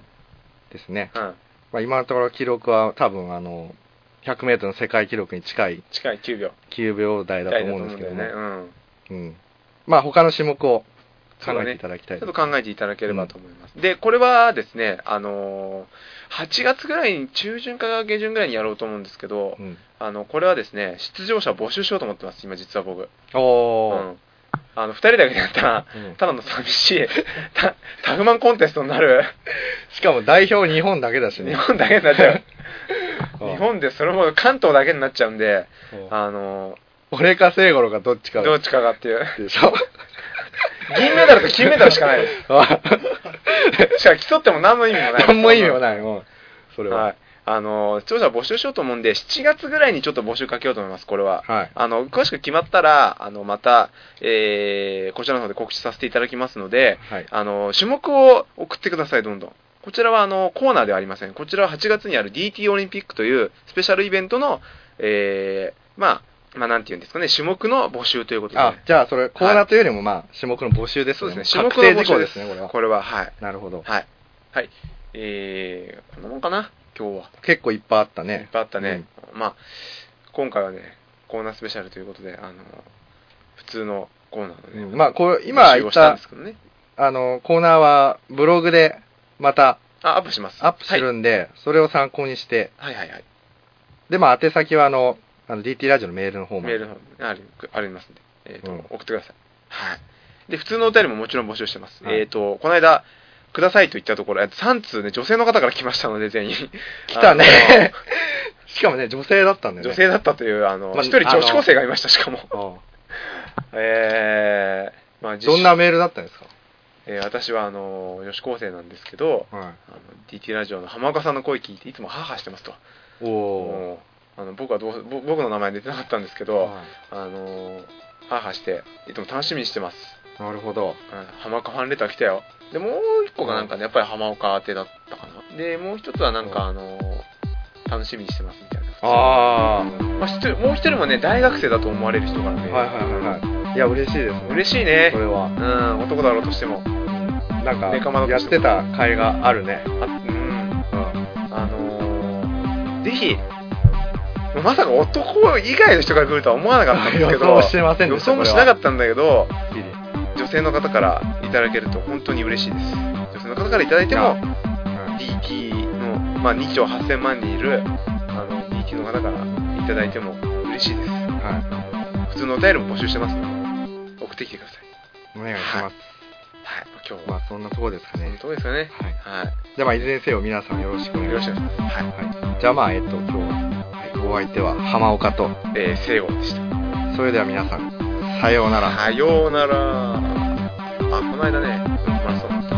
[SPEAKER 4] ですね。まあ、今のところ記録は多分、あの、100メートルの世界記録に近い
[SPEAKER 5] 近い9秒。
[SPEAKER 4] 9秒台だと思うんですけど
[SPEAKER 5] だ
[SPEAKER 4] も、
[SPEAKER 5] よね。うん。
[SPEAKER 4] うん。まあ、他の種目を
[SPEAKER 5] そう
[SPEAKER 4] 考
[SPEAKER 5] だ
[SPEAKER 4] えてい
[SPEAKER 5] ね
[SPEAKER 4] ただき
[SPEAKER 5] ち
[SPEAKER 4] た
[SPEAKER 5] ょ
[SPEAKER 4] い
[SPEAKER 5] っと考えていただければと思います。で、これはですね、あのー、8月ぐらいに、中旬か下旬ぐらいにやろうと思うんですけど、
[SPEAKER 4] うん。
[SPEAKER 5] あの、これはですね、出場者募集しようと思ってます、今実は僕。う
[SPEAKER 4] おー。
[SPEAKER 5] ん。あの、2人だけでやったら、
[SPEAKER 4] うん
[SPEAKER 5] ただの寂しい、 たタフマンコンテストになる、
[SPEAKER 4] しかも代表日本だけだし
[SPEAKER 5] 日
[SPEAKER 4] ね。
[SPEAKER 5] 本だけになっちゃ
[SPEAKER 4] う
[SPEAKER 5] う。
[SPEAKER 4] ん
[SPEAKER 5] 日本でそれも関東だけになっちゃうんで、
[SPEAKER 4] うん
[SPEAKER 5] あの
[SPEAKER 4] 俺か聖五郎かどっちか
[SPEAKER 5] ー、どっちかがっていう。
[SPEAKER 4] でし ょ。
[SPEAKER 5] 銀メダルと金メダルしかない です。しかも競っても何の意味もない。
[SPEAKER 4] 何も意味はない。うん。それは。
[SPEAKER 5] はい。あの、視聴者募集しようと思うんで、7月ぐらいにちょっと募集かけようと思います、これは。
[SPEAKER 4] はい。
[SPEAKER 5] あの、詳しく決まったら、あの、また、えー、こちらの方で告知させていただきますので、
[SPEAKER 4] はい。
[SPEAKER 5] あの、種目を送ってください、どんどん。こちらは、あの、コーナーではありません。こちらは8月にある DT オリンピックというスペシャルイベントの、えー、まあ、まあ、なんていうんですかね、種目の募集ということで、
[SPEAKER 4] あ、じゃあ、それ、コーナーというよりも、まあ、種目の募集です
[SPEAKER 5] そう
[SPEAKER 4] ね。
[SPEAKER 5] ですね、種目
[SPEAKER 4] 確定
[SPEAKER 5] の募
[SPEAKER 4] 事項
[SPEAKER 5] 集で
[SPEAKER 4] ですすね、これは。
[SPEAKER 5] これは、はい。
[SPEAKER 4] なるほど。
[SPEAKER 5] はい。はい。えー、こんなもんかな、今日は。
[SPEAKER 4] 結構いっぱいあった
[SPEAKER 5] いっ
[SPEAKER 4] ね。
[SPEAKER 5] ぱいあったね、まあ今回はねコーナースペシャルということであの普通のコーナーのね、
[SPEAKER 4] うんまあ、こう、今
[SPEAKER 5] 集
[SPEAKER 4] 言
[SPEAKER 5] 合
[SPEAKER 4] っ
[SPEAKER 5] したん
[SPEAKER 4] た
[SPEAKER 5] ですけどね
[SPEAKER 4] あの、コーナーはブログでまた
[SPEAKER 5] あアップします
[SPEAKER 4] アップするんで、それを参考にして、
[SPEAKER 5] はい、はいはいはい
[SPEAKER 4] で、まあ、宛先はあの、あの DT ラジオのメールの方ま
[SPEAKER 5] メー
[SPEAKER 4] で
[SPEAKER 5] ルの方ありありますんで、えーと
[SPEAKER 4] うん
[SPEAKER 5] 送ってくださいはいで普通のお便りももちろん募集してます、
[SPEAKER 4] はい
[SPEAKER 5] えっ、とこの間くださいと言ったところ3通ね女性の方から来ましたので全員
[SPEAKER 4] 来たね。 しかもね、女性だったん だ
[SPEAKER 5] あの
[SPEAKER 4] よ
[SPEAKER 5] 女
[SPEAKER 4] ね。
[SPEAKER 5] 性だったというあの一、
[SPEAKER 4] まあ
[SPEAKER 5] 人女子高生がいましたしかも
[SPEAKER 4] うん
[SPEAKER 5] えー、まあ実
[SPEAKER 4] どんなメールだったんですか
[SPEAKER 5] えー私はあの女子高生なんですけど、
[SPEAKER 4] は
[SPEAKER 5] あの DT ラジオの浜岡さんの声聞いていつもハーハーしてますと
[SPEAKER 4] い。おー。
[SPEAKER 5] もうあの僕はどうぼ僕の名前出てなかったんですけど、
[SPEAKER 4] は
[SPEAKER 5] あのーハーハーしていつも楽しみにしてます、
[SPEAKER 4] いなるほど。
[SPEAKER 5] うん、浜岡ファンレター来たよでもう一個がなんかねやっぱり浜岡宛てだったかなでもう一つはなんかあのー楽しみにしてますみたいな
[SPEAKER 4] あ
[SPEAKER 5] まあ、一人もう一人もね大学生だと思われる人からね、
[SPEAKER 4] ー。はいはいはいはい。いや、嬉しいですね。
[SPEAKER 5] 嬉しいね
[SPEAKER 4] それは。
[SPEAKER 5] うん男だろうとしても
[SPEAKER 4] なん
[SPEAKER 5] メカマ
[SPEAKER 4] か
[SPEAKER 5] の、
[SPEAKER 4] やってた甲斐があるね。
[SPEAKER 5] あうん
[SPEAKER 4] うん。
[SPEAKER 5] あのー、ぜひ、まさか男以外の人が来るとは思わなかったんですけ
[SPEAKER 4] 予想
[SPEAKER 5] ど、
[SPEAKER 4] してません
[SPEAKER 5] 予
[SPEAKER 4] でした。
[SPEAKER 5] 想もしなか
[SPEAKER 4] た。
[SPEAKER 5] ったんだけど、
[SPEAKER 4] これは
[SPEAKER 5] 女性の方からいただけると本当に嬉しいです。女性の方からいただいても、
[SPEAKER 4] うん
[SPEAKER 5] DT の、まあ、2兆8000万人いるあの DT の方からいただいても嬉しいです。
[SPEAKER 4] は
[SPEAKER 5] 普通のお便りも募集してますので、送ってきてください。
[SPEAKER 4] い。お願いします。
[SPEAKER 5] はい、今日
[SPEAKER 4] ま
[SPEAKER 5] は、
[SPEAKER 4] あ、そんなとこですか
[SPEAKER 5] そ
[SPEAKER 4] ね
[SPEAKER 5] の。とこですかね。
[SPEAKER 4] はい。
[SPEAKER 5] はい、
[SPEAKER 4] じゃあまあいずれにせよ皆さんよろしくお願
[SPEAKER 5] よろ
[SPEAKER 4] い
[SPEAKER 5] し
[SPEAKER 4] し
[SPEAKER 5] くお
[SPEAKER 4] ま
[SPEAKER 5] 願いします。はい、
[SPEAKER 4] す。はい、じゃあまあえっと今日は、はい、お相手は浜岡と
[SPEAKER 5] えー、聖子でした。
[SPEAKER 4] それでは皆さんさようなら。
[SPEAKER 5] さようなら。あ、この間ね、マラソンだった。